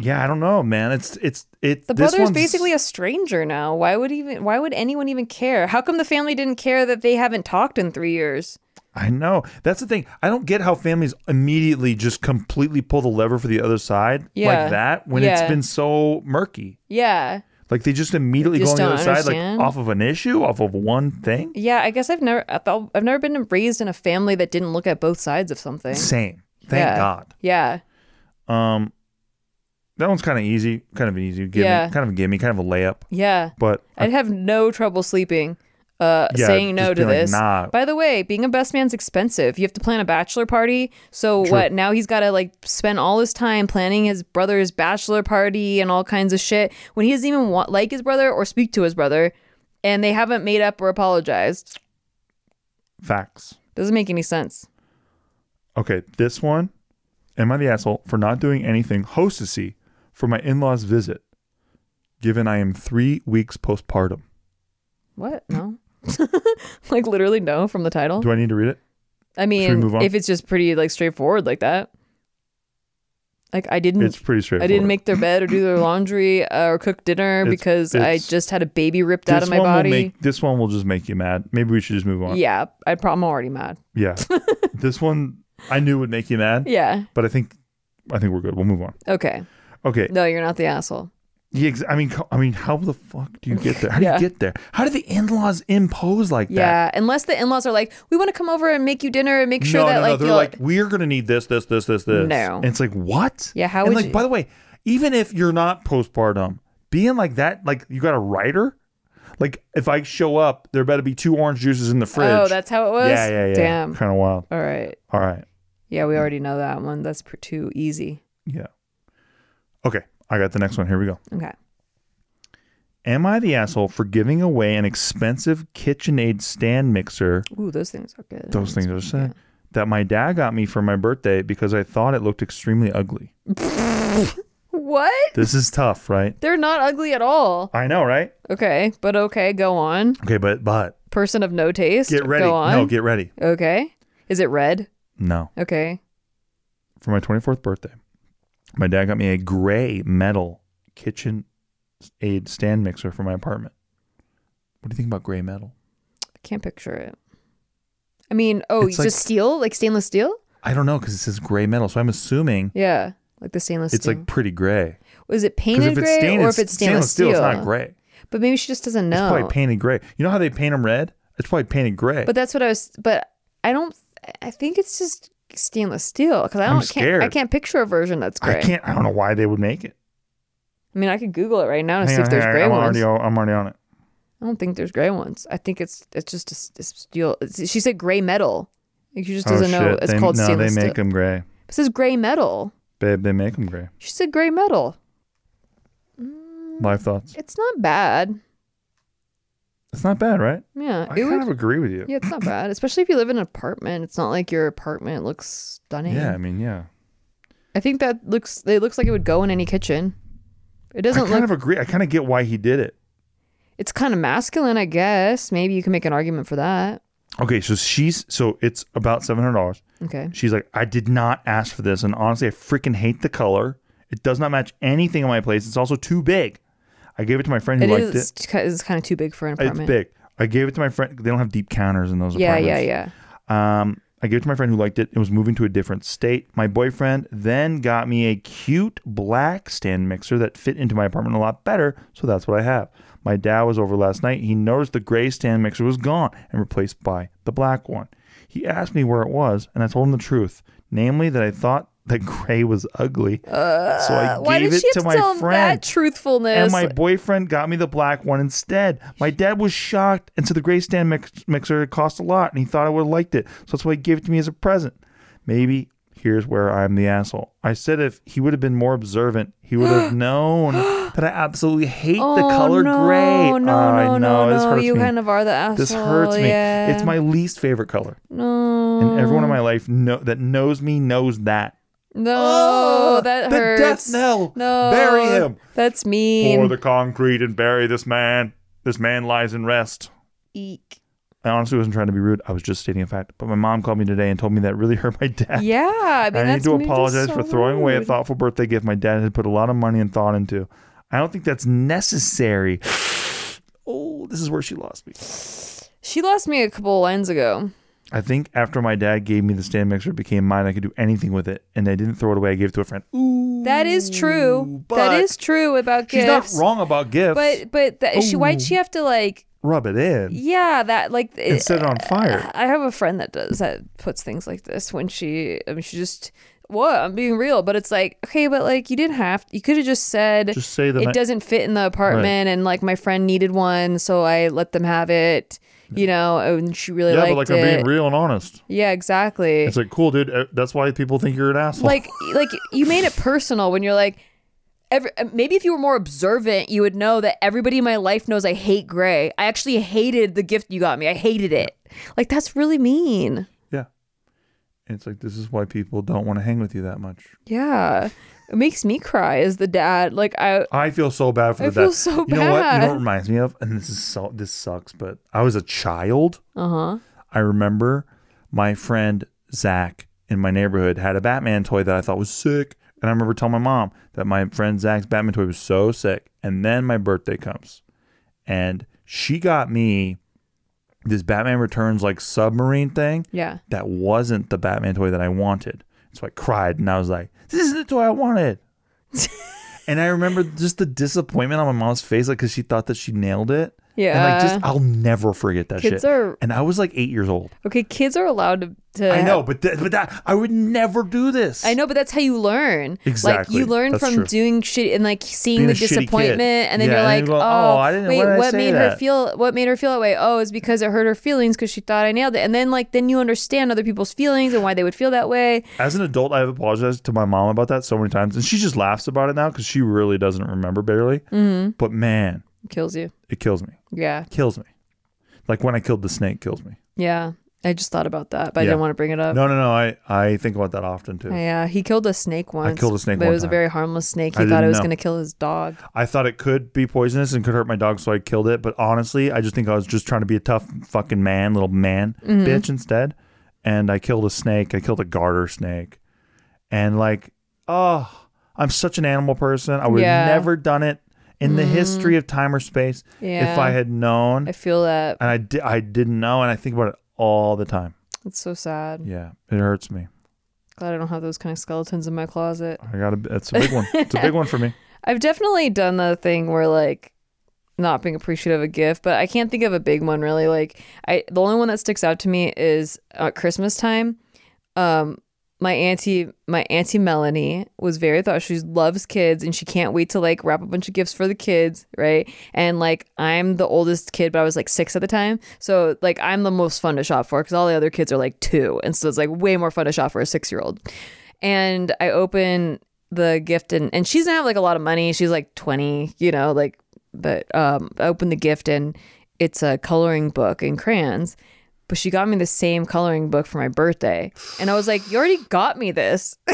Speaker 3: yeah, I don't know, man. It's it's it's
Speaker 2: The
Speaker 3: this
Speaker 2: brother's
Speaker 3: one's-
Speaker 2: basically a stranger now. Why would even why would anyone even care? How come the family didn't care that they haven't talked in 3 years?
Speaker 3: I know. That's the thing. I don't get how families immediately just completely pull the lever for the other side
Speaker 2: Yeah.
Speaker 3: like that when
Speaker 2: Yeah.
Speaker 3: it's been so murky.
Speaker 2: Yeah.
Speaker 3: Like they just immediately
Speaker 2: Just
Speaker 3: go on the
Speaker 2: don't
Speaker 3: other side,
Speaker 2: understand.
Speaker 3: like off of an issue, off of one thing.
Speaker 2: Yeah, I guess I've never I felt- I've never been raised in a family that didn't look at both sides of something.
Speaker 3: Same. Thank
Speaker 2: Yeah.
Speaker 3: God.
Speaker 2: Yeah.
Speaker 3: Um, that one's kind of easy, kind of an easy gimme,
Speaker 2: Yeah.
Speaker 3: kind of a gimme, kind of a layup.
Speaker 2: Yeah.
Speaker 3: But
Speaker 2: I'd have no trouble sleeping uh
Speaker 3: Yeah,
Speaker 2: saying no
Speaker 3: just
Speaker 2: to
Speaker 3: being like,
Speaker 2: this.
Speaker 3: nah.
Speaker 2: By the way, being a best man's expensive. You have to plan a bachelor party. So what? Now he's got to like spend all his time planning his brother's bachelor party and all kinds of shit when he doesn't even want like his brother or speak to his brother and they haven't made up or apologized.
Speaker 3: facts.
Speaker 2: Doesn't make any sense.
Speaker 3: Okay, this one. Am I the asshole for not doing anything hostessy for my in law's visit, given I am three weeks postpartum?
Speaker 2: What? No. like literally no from the title.
Speaker 3: Do I need to read it?
Speaker 2: I
Speaker 3: move
Speaker 2: mean,
Speaker 3: on?
Speaker 2: if it's just pretty like straightforward like that. Like I didn't
Speaker 3: It's pretty straightforward.
Speaker 2: Mm. I didn't make their bed or do their laundry uh, or cook dinner
Speaker 3: It's-
Speaker 2: because I
Speaker 3: it's-
Speaker 2: just had a baby ripped out of my
Speaker 3: one will
Speaker 2: body.
Speaker 3: make- this one will just make you mad. Maybe we should just move on.
Speaker 2: yeah, I probably am already mad.
Speaker 3: Yeah. this one I knew would make you mad,
Speaker 2: Yeah.
Speaker 3: but I think I think we're good. We'll move on.
Speaker 2: Okay.
Speaker 3: Okay.
Speaker 2: No, you're not the asshole.
Speaker 3: Yeah, ex- I mean, co- I mean, how the fuck do you get there? How do
Speaker 2: Yeah.
Speaker 3: you get there? How do the in-laws impose like that?
Speaker 2: Yeah. Unless the in laws are like, we want to come over and make you dinner and make sure
Speaker 3: no,
Speaker 2: that
Speaker 3: no, no.
Speaker 2: like
Speaker 3: They're
Speaker 2: you'll-
Speaker 3: like, we're gonna need this, this, this, this, this.
Speaker 2: No.
Speaker 3: And it's like, what?
Speaker 2: Yeah, how
Speaker 3: and
Speaker 2: would
Speaker 3: like,
Speaker 2: you-
Speaker 3: by the way, even if you're not postpartum, being like that, like you got a writer, Like if I show up, there better be two orange juices in the fridge.
Speaker 2: Oh, that's how it was.
Speaker 3: yeah, yeah, yeah.
Speaker 2: Damn.
Speaker 3: Kind of wild.
Speaker 2: All right.
Speaker 3: All right.
Speaker 2: Yeah, we already know that one. That's pr- too easy.
Speaker 3: Yeah. Okay, I got the next one. Here we go.
Speaker 2: Okay.
Speaker 3: Am I the asshole for giving away an expensive KitchenAid stand mixer?
Speaker 2: Ooh, those things are good.
Speaker 3: Those things are sick. That my dad got me for my birthday because I thought it looked extremely ugly.
Speaker 2: What?
Speaker 3: This is tough, right?
Speaker 2: They're not ugly at all.
Speaker 3: I know, right?
Speaker 2: Okay, but okay, go on.
Speaker 3: Okay, but but
Speaker 2: Person of no taste.
Speaker 3: get ready.
Speaker 2: Go on.
Speaker 3: No, get ready.
Speaker 2: okay. Is it red?
Speaker 3: No.
Speaker 2: Okay.
Speaker 3: For my 24th birthday, my dad got me a gray metal kitchen aid stand mixer for my apartment. What do you think about gray metal?
Speaker 2: I can't picture it. I mean, oh, just
Speaker 3: It's like-
Speaker 2: steel, like stainless steel?
Speaker 3: I don't know because it says gray metal, so I'm assuming
Speaker 2: Yeah, like the stainless
Speaker 3: it's
Speaker 2: steel.
Speaker 3: like pretty gray.
Speaker 2: was it
Speaker 3: Because
Speaker 2: painted
Speaker 3: if it's
Speaker 2: gray
Speaker 3: stainless,
Speaker 2: or if it's stainless, steel?
Speaker 3: it's not gray.
Speaker 2: But maybe she just doesn't
Speaker 3: It's
Speaker 2: know.
Speaker 3: probably painted gray. You know how they paint them red? It's probably painted gray.
Speaker 2: But that's what I was. But I don't. I think it's just stainless steel because I
Speaker 3: I'm
Speaker 2: don't. can't, I
Speaker 3: scared.
Speaker 2: can't picture a version that's gray.
Speaker 3: I can't. I don't know why they would make it.
Speaker 2: I mean, I could Google it right now and
Speaker 3: Hang
Speaker 2: see
Speaker 3: on,
Speaker 2: if there's
Speaker 3: hang on,
Speaker 2: gray
Speaker 3: I'm
Speaker 2: ones.
Speaker 3: already. I'm already on it.
Speaker 2: I don't think there's gray ones. I think it's it's just a, s- it's steel. It's, she said gray metal. Like she just doesn't know it's
Speaker 3: Oh, They-
Speaker 2: called
Speaker 3: no,
Speaker 2: stainless
Speaker 3: they make
Speaker 2: steel.
Speaker 3: them gray,
Speaker 2: It says gray metal.
Speaker 3: babe. They make them gray.
Speaker 2: She said gray metal.
Speaker 3: Life thoughts.
Speaker 2: It's not bad.
Speaker 3: It's not bad, right?
Speaker 2: Yeah,
Speaker 3: I
Speaker 2: it
Speaker 3: kind
Speaker 2: would-
Speaker 3: of agree with you.
Speaker 2: yeah, it's not bad. Especially if you live in an apartment. It's not like your apartment looks stunning.
Speaker 3: Yeah, I mean, yeah.
Speaker 2: I think that looks. It looks like it would go in any kitchen. It
Speaker 3: I
Speaker 2: doesn't
Speaker 3: kind
Speaker 2: look.
Speaker 3: of agree. I kind of get why he did it.
Speaker 2: It's kind of masculine, I guess. Maybe you can make an argument for that.
Speaker 3: Okay, so she's so it's about seven hundred dollars.
Speaker 2: Okay.
Speaker 3: She's like, I did not ask for this, and honestly, I freaking hate the color. It does not match anything in my place. It's also too big. I gave it to my friend
Speaker 2: It
Speaker 3: who liked
Speaker 2: is.
Speaker 3: it.
Speaker 2: It's kind of too big for an
Speaker 3: It's
Speaker 2: apartment.
Speaker 3: big. I gave it to my friend. They don't have deep counters in those
Speaker 2: Yeah, yeah,
Speaker 3: apartments.
Speaker 2: yeah.
Speaker 3: yeah. Um, I gave it to my friend who liked it and was moving to a different state. My boyfriend then got me a cute black stand mixer that fit into my apartment a lot better, so that's what I have. My dad was over last night. He noticed the gray stand mixer was gone and replaced by the black one. He asked me where it was, and I told him the truth, namely that I thought that gray was ugly. so I gave
Speaker 2: Why did
Speaker 3: it
Speaker 2: she
Speaker 3: to
Speaker 2: have to
Speaker 3: my
Speaker 2: tell him
Speaker 3: friend.
Speaker 2: that truthfulness?
Speaker 3: And my boyfriend got me the black one instead. My dad was shocked, and so the gray stand mix- mixer it cost a lot, and he thought I would have liked it. So that's why he gave it to me as a present. Maybe here's where I'm the asshole. I said if he would have been more observant, he would have known that I absolutely hate the color
Speaker 2: Oh, no,
Speaker 3: gray.
Speaker 2: No, no,
Speaker 3: I
Speaker 2: no,
Speaker 3: know, this
Speaker 2: no.
Speaker 3: hurts
Speaker 2: You
Speaker 3: me.
Speaker 2: kind of are the asshole.
Speaker 3: this hurts me.
Speaker 2: Yeah. Oh.
Speaker 3: It's my least favorite color,
Speaker 2: no.
Speaker 3: and everyone in my life know that knows me knows that.
Speaker 2: No, Oh, that
Speaker 3: Oh, the
Speaker 2: hurts.
Speaker 3: death knell.
Speaker 2: No,
Speaker 3: Bury him.
Speaker 2: That's mean.
Speaker 3: Pour the concrete and bury this man. This man lies in rest.
Speaker 2: Eek.
Speaker 3: I honestly wasn't trying to be rude. I was just stating a fact. But my mom called me today and told me that really hurt my dad.
Speaker 2: Yeah, I mean
Speaker 3: I need
Speaker 2: that's
Speaker 3: to
Speaker 2: mean, just
Speaker 3: apologize
Speaker 2: so
Speaker 3: for throwing away a
Speaker 2: rude.
Speaker 3: thoughtful birthday gift my dad had put a lot of money and thought into. I don't think that's necessary. Oh, this is where she lost me.
Speaker 2: She lost me a couple lines ago.
Speaker 3: I think after my dad gave me the stand mixer, it became mine. I could do anything with it, and I didn't throw it away. I gave it to a friend. Ooh,
Speaker 2: That is true. that
Speaker 3: but
Speaker 2: is true about
Speaker 3: she's
Speaker 2: gifts.
Speaker 3: not wrong about gifts.
Speaker 2: But but that, she why'd she have to like
Speaker 3: rub it in
Speaker 2: yeah that like it-
Speaker 3: and set it on fire.
Speaker 2: I have a friend that does that puts things like this when she I mean she just what I'm being real but it's like okay but like you didn't have you could have just said
Speaker 3: Just say that
Speaker 2: it
Speaker 3: I-
Speaker 2: doesn't fit in the apartment and like my friend needed one so I let them have it you know and she really liked it
Speaker 3: real and honest.
Speaker 2: yeah exactly
Speaker 3: like cool, dude. Uh, That's why people think you're an asshole.
Speaker 2: like like you made it personal when you're like every, uh, maybe if you were more observant you would know that everybody in my life knows i hate gray i actually hated the gift you got me i hated it like that's really mean
Speaker 3: Yeah. And it's like this is why people don't want to hang with you that much.
Speaker 2: yeah it makes me cry as the dad like i
Speaker 3: I feel so bad for
Speaker 2: I
Speaker 3: the
Speaker 2: feel
Speaker 3: dad.
Speaker 2: so
Speaker 3: you know what? You know
Speaker 2: bad.
Speaker 3: what it reminds me of? And this is so this sucks, but I was a child.
Speaker 2: uh-huh
Speaker 3: I remember my friend Zach in my neighborhood had a Batman toy that I thought was sick. And I remember telling my mom that my friend Zach's Batman toy was so sick. And then my birthday comes. And she got me this Batman Returns like submarine thing.
Speaker 2: yeah
Speaker 3: that wasn't the Batman toy that I wanted. So I cried and I was like, this is the toy I wanted. and I remember just the disappointment on my mom's face, like, because she thought that she nailed it.
Speaker 2: Yeah.
Speaker 3: And like just I'll never forget that
Speaker 2: Kids
Speaker 3: shit.
Speaker 2: are-
Speaker 3: and I was like 8 years old.
Speaker 2: okay, kids are allowed to. to
Speaker 3: I
Speaker 2: have-
Speaker 3: know, but th- but that I would never do this.
Speaker 2: I know, but that's how you learn. Like
Speaker 3: Exactly.
Speaker 2: you learn
Speaker 3: That's
Speaker 2: from
Speaker 3: true.
Speaker 2: doing shit and like seeing
Speaker 3: Being
Speaker 2: the
Speaker 3: a shitty kid.
Speaker 2: disappointment, and then
Speaker 3: Yeah,
Speaker 2: you're
Speaker 3: and
Speaker 2: like,
Speaker 3: you
Speaker 2: oh,
Speaker 3: go, "Oh, I didn't- why
Speaker 2: wait,
Speaker 3: did I
Speaker 2: what
Speaker 3: say
Speaker 2: made her
Speaker 3: that?"
Speaker 2: feel? What made her feel that way? Oh, it's because it hurt her feelings because she thought I nailed it, and then like then you understand other people's feelings and why they would feel that way.
Speaker 3: As an adult, I've apologized to my mom about that so many times, and she just laughs about it now because she really doesn't remember barely.
Speaker 2: Mm-hmm.
Speaker 3: But man,
Speaker 2: Kills you.
Speaker 3: it kills me.
Speaker 2: Yeah,
Speaker 3: Kills me. Like when I killed the snake, kills me.
Speaker 2: yeah. I just thought about that, but I
Speaker 3: Yeah.
Speaker 2: didn't want to bring it up.
Speaker 3: No, no, no. I, I think about that often too.
Speaker 2: Yeah, he killed a snake once.
Speaker 3: killed a snake
Speaker 2: but it
Speaker 3: one
Speaker 2: was a
Speaker 3: time.
Speaker 2: very harmless snake.
Speaker 3: I
Speaker 2: He thought it
Speaker 3: didn't
Speaker 2: was
Speaker 3: know.
Speaker 2: going to kill his dog.
Speaker 3: I thought it could be poisonous and could hurt my dog, so I killed it. But honestly, I just think I was just trying to be a tough fucking man, little man,
Speaker 2: Mm-hmm.
Speaker 3: bitch instead. And I killed a snake. I killed a garter snake. And like, oh, I'm such an animal person. I would
Speaker 2: Yeah. Mm.
Speaker 3: have never done it in the history of time or space
Speaker 2: Yeah.
Speaker 3: if I had known.
Speaker 2: I feel that.
Speaker 3: and I, di- I didn't know. And I think about it all the time.
Speaker 2: It's so sad.
Speaker 3: Yeah, it hurts me.
Speaker 2: Glad I don't have those kind of skeletons in my closet.
Speaker 3: I got to It's a big one. It's a big one for me.
Speaker 2: I've definitely done the thing where like not being appreciative of a gift, but I can't think of a big one really. Like I, the only one that sticks out to me is at Christmas time. Um, my auntie, my auntie Melanie was very thought she loves kids and she can't wait to like wrap a bunch of gifts for the kids, right? And like I'm the oldest kid, but I was like six at the time, so like I'm the most fun to shop for because all the other kids are like two, and so it's like way more fun to shop for a six year old. And I open the gift and and she doesn't have like a lot of money. She's like twenty, you know, like but um I opened the gift and it's a coloring book and crayons. But she got me the same coloring book for my birthday. And I was like, You already got me this.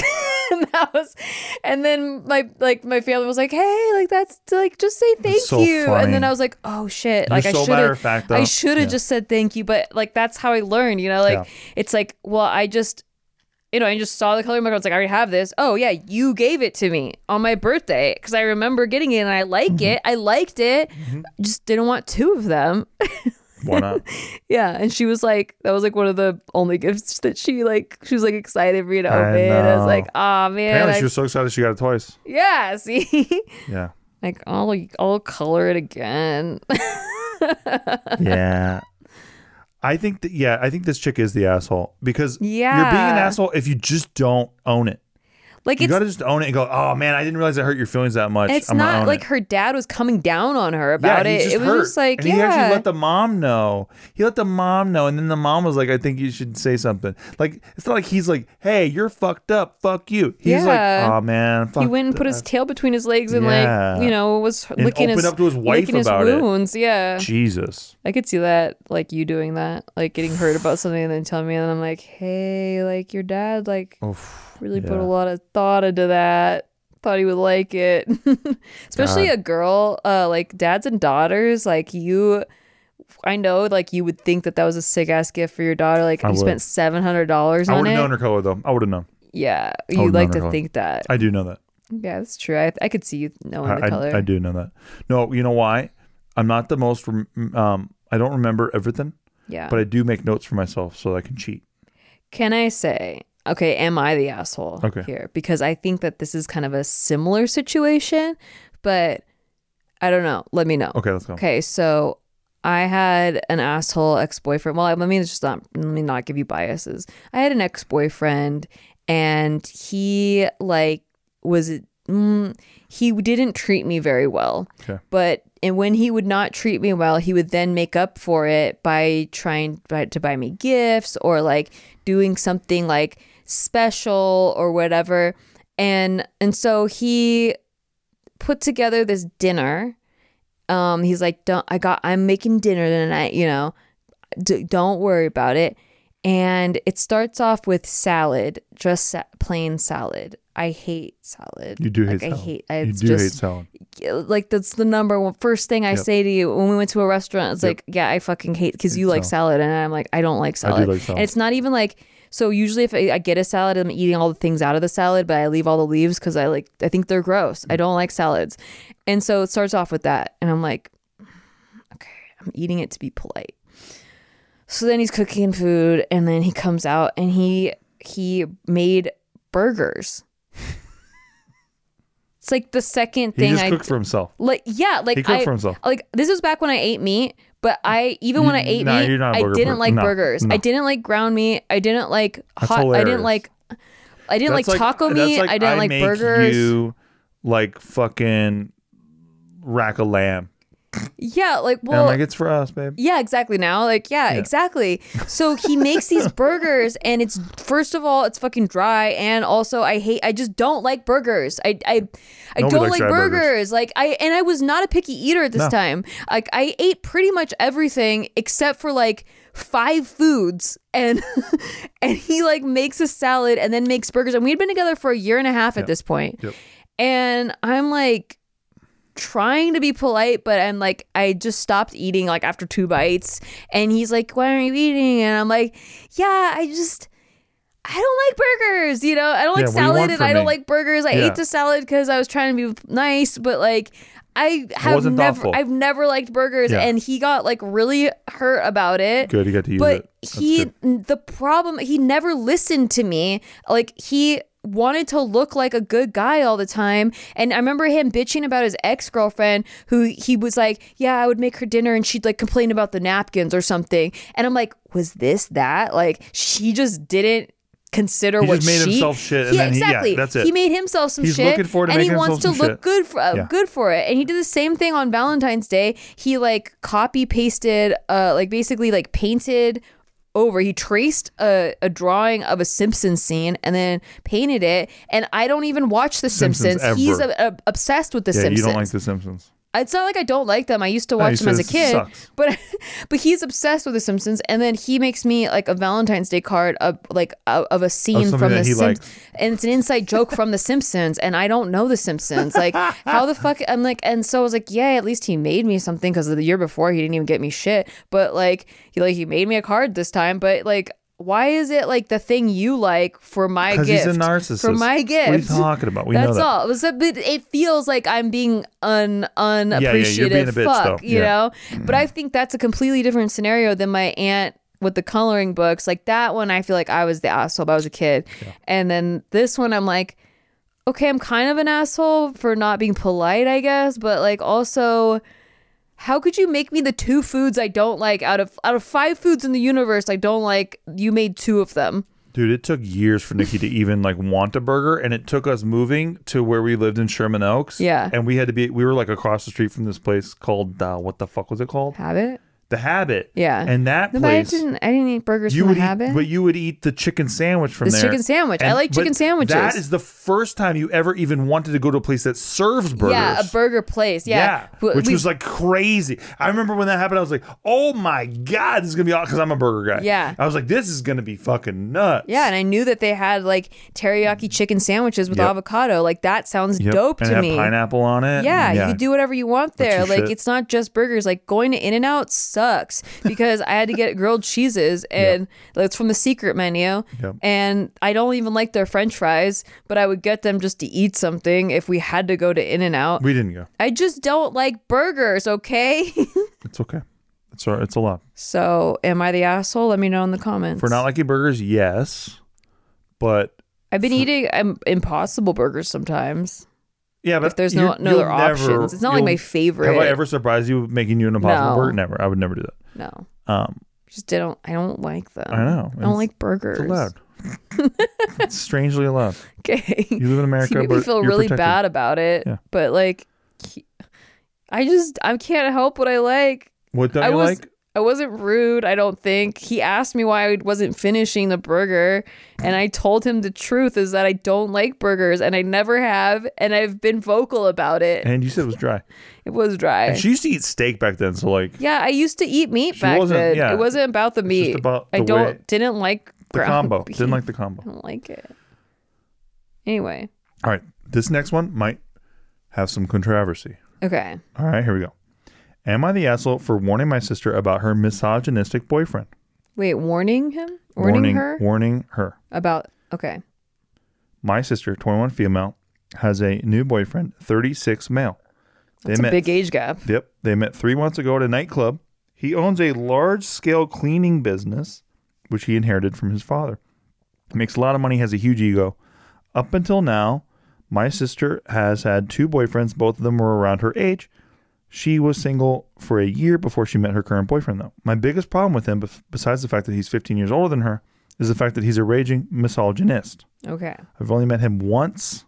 Speaker 2: and that was and then my like my family was like, Hey, like that's like just say thank
Speaker 3: so
Speaker 2: you.
Speaker 3: funny.
Speaker 2: And then I was like, Oh shit. like
Speaker 3: so
Speaker 2: I should have
Speaker 3: matter-of-fact, though.
Speaker 2: I should have
Speaker 3: Yeah.
Speaker 2: just said thank you, but like that's how I learned, you know, like
Speaker 3: Yeah.
Speaker 2: it's like, well, I just you know, I just saw the coloring book. I was like, I already have this. Oh yeah, you gave it to me on my birthday because I remember getting it and I like
Speaker 3: Mm-hmm.
Speaker 2: it. I liked it. Just didn't want two of them.
Speaker 3: Why not?
Speaker 2: yeah, and she was like, that was like one of the only gifts that she like. She was like excited for me to
Speaker 3: I
Speaker 2: open. And I was
Speaker 3: know.
Speaker 2: like, ah man,
Speaker 3: Apparently,
Speaker 2: I-
Speaker 3: she was so excited she got it twice.
Speaker 2: yeah. See,
Speaker 3: Yeah.
Speaker 2: like I'll I'll color it again.
Speaker 3: yeah. I think that yeah, I think this chick is the asshole because you're being an
Speaker 2: Yeah.
Speaker 3: asshole if you just don't own it.
Speaker 2: like
Speaker 3: You
Speaker 2: it's
Speaker 3: got to just own it and go, "Oh man, I didn't realize it hurt your feelings that much."
Speaker 2: it's
Speaker 3: I'm gonna
Speaker 2: not
Speaker 3: own
Speaker 2: like
Speaker 3: it."
Speaker 2: her dad was coming down on her
Speaker 3: Yeah,
Speaker 2: about
Speaker 3: he's
Speaker 2: it.
Speaker 3: just
Speaker 2: it was
Speaker 3: hurt.
Speaker 2: just like
Speaker 3: and
Speaker 2: yeah.
Speaker 3: he actually let the mom know. He let the mom know, and then the mom was like, "I think you should say something." Like it's not like he's like, "Hey, you're fucked up. Fuck you."
Speaker 2: Yeah.
Speaker 3: He's like, "Oh man, fuck
Speaker 2: he went and put his tail between his legs and
Speaker 3: Yeah.
Speaker 2: like you know was licking his
Speaker 3: opened up to his wife
Speaker 2: licking his
Speaker 3: about it.
Speaker 2: wounds. Yeah,
Speaker 3: Jesus."
Speaker 2: I could see that like you doing that, like getting hurt about something and then telling me, and I'm like, hey, like your dad like
Speaker 3: Oof.
Speaker 2: really put
Speaker 3: yeah.
Speaker 2: a lot of thought into that. Thought he would like it, especially a girl. Uh, like dads and daughters, like you. I know, like you would think that that was a sick ass gift for your daughter. Like
Speaker 3: I
Speaker 2: you
Speaker 3: would.
Speaker 2: spent seven hundred dollars
Speaker 3: I
Speaker 2: on
Speaker 3: would
Speaker 2: it.
Speaker 3: have known her color though. I would have known.
Speaker 2: Yeah,
Speaker 3: would've
Speaker 2: you
Speaker 3: known
Speaker 2: like
Speaker 3: her
Speaker 2: to
Speaker 3: color.
Speaker 2: think that.
Speaker 3: I do know that.
Speaker 2: Yeah, that's true. I, I could see you knowing
Speaker 3: I,
Speaker 2: the
Speaker 3: I-
Speaker 2: color.
Speaker 3: I do know that. No, you know why? I'm not the most. rem- Um, I don't remember everything,
Speaker 2: Yeah.
Speaker 3: but I do make notes for myself so I can cheat.
Speaker 2: Can I say, okay, am I the asshole
Speaker 3: Okay.
Speaker 2: here? Because I think that this is kind of a similar situation, but I don't know. Let me know.
Speaker 3: Okay, let's go.
Speaker 2: Okay, so I had an asshole ex boyfriend. Well, let me just not let me not give you biases. I had an ex boyfriend, and he like was mm, he didn't treat me very well.
Speaker 3: Okay.
Speaker 2: But and when he would not treat me well, he would then make up for it by trying by, to buy me gifts or like doing something like special or whatever. And and so he put together this dinner um he's like don't i got i'm making dinner tonight you know D- don't worry about it and it starts off with salad just sa- plain salad i hate salad
Speaker 3: You do hate
Speaker 2: like,
Speaker 3: salad.
Speaker 2: i hate I,
Speaker 3: you
Speaker 2: it's
Speaker 3: do hate
Speaker 2: just
Speaker 3: salad.
Speaker 2: like that's the number one first thing i say to you when we went to a restaurant it's like yeah i fucking hate because you like salad and i'm like i don't like
Speaker 3: do
Speaker 2: salad
Speaker 3: like salad.
Speaker 2: and it's not even like so usually if I, I get a salad i'm eating all the things out of the salad but i leave all the leaves because i like i think they're gross
Speaker 3: Mm.
Speaker 2: i don't like salads and so it starts off with that and i'm like okay i'm eating it to be polite so then he's cooking food and then he comes out and he he made burgers It's like the second
Speaker 3: He
Speaker 2: thing
Speaker 3: just
Speaker 2: I
Speaker 3: cooked for himself.
Speaker 2: like yeah like
Speaker 3: He cooked
Speaker 2: I,
Speaker 3: for himself.
Speaker 2: like this was back when i ate meat but i even when i
Speaker 3: You-
Speaker 2: ate
Speaker 3: no,
Speaker 2: meat
Speaker 3: you're not a
Speaker 2: i
Speaker 3: burger
Speaker 2: didn't
Speaker 3: per-
Speaker 2: like
Speaker 3: no,
Speaker 2: burgers
Speaker 3: no.
Speaker 2: i didn't like ground meat i didn't like
Speaker 3: That's
Speaker 2: hot i didn't
Speaker 3: hilarious.
Speaker 2: like i didn't like,
Speaker 3: That's
Speaker 2: taco
Speaker 3: that's
Speaker 2: meat i didn't like
Speaker 3: make
Speaker 2: burgers
Speaker 3: You like fucking rack of lamb.
Speaker 2: yeah like
Speaker 3: And I'm
Speaker 2: well
Speaker 3: like, it's for us, babe.
Speaker 2: yeah, exactly. Now, like, yeah, exactly. So he makes these burgers, and it's first of all, it's fucking dry, and also I hate, I just don't like burgers. I, I, I
Speaker 3: Nobody
Speaker 2: don't
Speaker 3: likes
Speaker 2: like
Speaker 3: dry
Speaker 2: burgers.
Speaker 3: burgers.
Speaker 2: Like I, and I was not a picky eater at this
Speaker 3: No.
Speaker 2: time. Like I ate pretty much everything except for like five foods, and and he like makes a salad and then makes burgers, and we'd been together for a year and a half at this point,
Speaker 3: Yep.
Speaker 2: and I'm like trying to be polite, but I'm like, I just stopped eating like after two bites. And he's like, Why aren't you eating? And I'm like, Yeah, I just, I don't like burgers. You know, I don't like
Speaker 3: Yeah, what do you
Speaker 2: salad
Speaker 3: want
Speaker 2: and
Speaker 3: from
Speaker 2: I don't
Speaker 3: me?
Speaker 2: like burgers. I
Speaker 3: Yeah.
Speaker 2: ate the salad because I was trying to be nice, but like, I have
Speaker 3: wasn't
Speaker 2: never,
Speaker 3: thoughtful.
Speaker 2: I've never liked burgers.
Speaker 3: Yeah.
Speaker 2: And he got like really hurt about it
Speaker 3: Good, you got to use
Speaker 2: but
Speaker 3: it. That's
Speaker 2: he
Speaker 3: good.
Speaker 2: the problem he never listened to me like he wanted to look like a good guy all the time and i remember him bitching about his ex-girlfriend who he was like yeah i would make her dinner and she'd like complain about the napkins or something and i'm like was this that like she just didn't consider
Speaker 3: He
Speaker 2: what
Speaker 3: just made
Speaker 2: she
Speaker 3: himself shit and
Speaker 2: Yeah,
Speaker 3: then he- yeah,
Speaker 2: exactly
Speaker 3: that's it.
Speaker 2: he made himself some
Speaker 3: He's
Speaker 2: shit
Speaker 3: looking for it to
Speaker 2: and
Speaker 3: make
Speaker 2: he wants to
Speaker 3: himself some
Speaker 2: look
Speaker 3: shit.
Speaker 2: good for uh,
Speaker 3: Yeah.
Speaker 2: good for it and he did the same thing on valentine's day he like copy pasted uh like basically like painted over he traced a, a drawing of a simpsons scene and then painted it and i don't even watch the
Speaker 3: Simpsons
Speaker 2: simpsons, he's
Speaker 3: ever.
Speaker 2: uh uh, obsessed with the
Speaker 3: yeah,
Speaker 2: simpsons
Speaker 3: you don't like The Simpsons.
Speaker 2: it's not like I don't like them. I used to watch
Speaker 3: you
Speaker 2: them as a
Speaker 3: said it
Speaker 2: kid,
Speaker 3: sucks.
Speaker 2: but but he's obsessed with The Simpsons, and then he makes me like a Valentine's Day card of like of, of a scene
Speaker 3: something
Speaker 2: from The
Speaker 3: that he
Speaker 2: Simpsons,
Speaker 3: likes.
Speaker 2: and it's an inside joke from The Simpsons, and I don't know The Simpsons. Like how the fuck I'm like, and so I was like, yeah, at least he made me something because the year before he didn't even get me shit, but like he like he made me a card this time, but like. Why is it like the thing you like for my gift?
Speaker 3: Because he's a narcissist.
Speaker 2: For my gift.
Speaker 3: What are you talking about? We know
Speaker 2: That's
Speaker 3: that.
Speaker 2: all. It was a bit, it feels like I'm being un
Speaker 3: you're
Speaker 2: unappreciative.
Speaker 3: being a bitch,
Speaker 2: fuck,
Speaker 3: though.
Speaker 2: you
Speaker 3: Yeah. Mm.
Speaker 2: know. But I think that's a completely different scenario than my aunt with the coloring books. Like that one, I feel like I was the asshole, but I was a kid. And then this one, I'm like, okay, I'm kind of an asshole for not being polite, I guess. But like also. How could you make me the two foods I don't like out of out of five foods in the universe I don't like? You made two of them.
Speaker 3: Dude, it took years for Nikki to even like want a burger, and it took us moving to where we lived in Sherman Oaks.
Speaker 2: Yeah.
Speaker 3: and we had to be. We were like across the street from this place called uh, what the fuck was it called?
Speaker 2: Have it?
Speaker 3: The Habit.
Speaker 2: Yeah.
Speaker 3: and that
Speaker 2: No, but I
Speaker 3: place.
Speaker 2: didn't. I didn't eat burgers
Speaker 3: you
Speaker 2: from
Speaker 3: would
Speaker 2: the habit.
Speaker 3: eat, but you would eat the chicken sandwich from
Speaker 2: The
Speaker 3: there.
Speaker 2: chicken sandwich. I like
Speaker 3: but
Speaker 2: chicken sandwiches.
Speaker 3: That is the first time you ever even wanted to go to a place that serves burgers.
Speaker 2: Yeah, a burger place. Yeah, W-
Speaker 3: which
Speaker 2: we-
Speaker 3: was like crazy. I remember when that happened. I was like, "Oh my god, this is gonna be awesome." Because I'm a burger guy.
Speaker 2: Yeah.
Speaker 3: I was like, "This is gonna be fucking nuts."
Speaker 2: yeah, and I knew that they had like teriyaki chicken sandwiches with
Speaker 3: Yep.
Speaker 2: avocado. Like that sounds
Speaker 3: Yep.
Speaker 2: dope
Speaker 3: and
Speaker 2: to
Speaker 3: it had
Speaker 2: me.
Speaker 3: Pineapple on it.
Speaker 2: Yeah,
Speaker 3: and
Speaker 2: you can do whatever you want there.
Speaker 3: your
Speaker 2: Like
Speaker 3: shit.
Speaker 2: it's not just burgers. Like going to In and Out sucks because I had to get grilled cheeses and it's from the secret menu.
Speaker 3: Yep.
Speaker 2: And I don't even like their French fries, but I would get them just to eat something if we had to go to In and Out.
Speaker 3: We didn't go.
Speaker 2: I just don't like burgers, okay?
Speaker 3: It's okay. It's all, it's a lot.
Speaker 2: so am I the asshole? Let me know in the comments.
Speaker 3: For not liking burgers, yes, but
Speaker 2: I've been eating um, impossible burgers sometimes.
Speaker 3: yeah, but
Speaker 2: If there's no,
Speaker 3: you're-
Speaker 2: no
Speaker 3: you'll
Speaker 2: other
Speaker 3: never-
Speaker 2: options, it's not like
Speaker 3: you'll-
Speaker 2: my favorite.
Speaker 3: Have I ever surprised you with making you an impossible
Speaker 2: No.
Speaker 3: burger? Never. I would never do that.
Speaker 2: No,
Speaker 3: Um,
Speaker 2: just don't. I don't like them.
Speaker 3: I know.
Speaker 2: I
Speaker 3: It's-
Speaker 2: don't like burgers.
Speaker 3: it's allowed. it's strangely allowed.
Speaker 2: Okay.
Speaker 3: You live in America,
Speaker 2: you made
Speaker 3: but
Speaker 2: me feel
Speaker 3: you're
Speaker 2: really
Speaker 3: protected.
Speaker 2: bad about it,
Speaker 3: Yeah.
Speaker 2: but like, he- I just I can't help what I like.
Speaker 3: What don't
Speaker 2: I
Speaker 3: you
Speaker 2: was
Speaker 3: like?
Speaker 2: I wasn't rude. I don't think he asked me why I wasn't finishing the burger, and I told him the truth is that I don't like burgers, and I never have, and I've been vocal about it.
Speaker 3: And you said it was dry.
Speaker 2: it was dry.
Speaker 3: And she used to eat steak back then, so like
Speaker 2: Yeah, I used to eat meat back
Speaker 3: wasn't-
Speaker 2: then.
Speaker 3: yeah.
Speaker 2: it wasn't about the meat.
Speaker 3: about
Speaker 2: I
Speaker 3: the
Speaker 2: don't
Speaker 3: way-
Speaker 2: didn't like
Speaker 3: the
Speaker 2: ground
Speaker 3: combo.
Speaker 2: beef.
Speaker 3: Didn't like the combo.
Speaker 2: I don't like it. Anyway,
Speaker 3: All right. This next one might have some controversy.
Speaker 2: okay.
Speaker 3: All right, here we go. Am I the asshole for warning my sister about her misogynistic boyfriend?
Speaker 2: Wait, warning him, warning, her
Speaker 3: Warning her.
Speaker 2: about. Okay,
Speaker 3: My sister, 21 female, has a new boyfriend, 36 male.
Speaker 2: that's a big age gap.
Speaker 3: Yep. They met three months ago at a nightclub. He owns a large scale cleaning business, which he inherited from his father. Makes a lot of money, has a huge ego. Up until now, My sister has had two boyfriends, both of them were around her age. She was single for a year before she met her current boyfriend, though. My biggest problem with him, bef- besides the fact that he's 15 years older than her, is the fact that he's a raging misogynist.
Speaker 2: Okay.
Speaker 3: I've only met him once,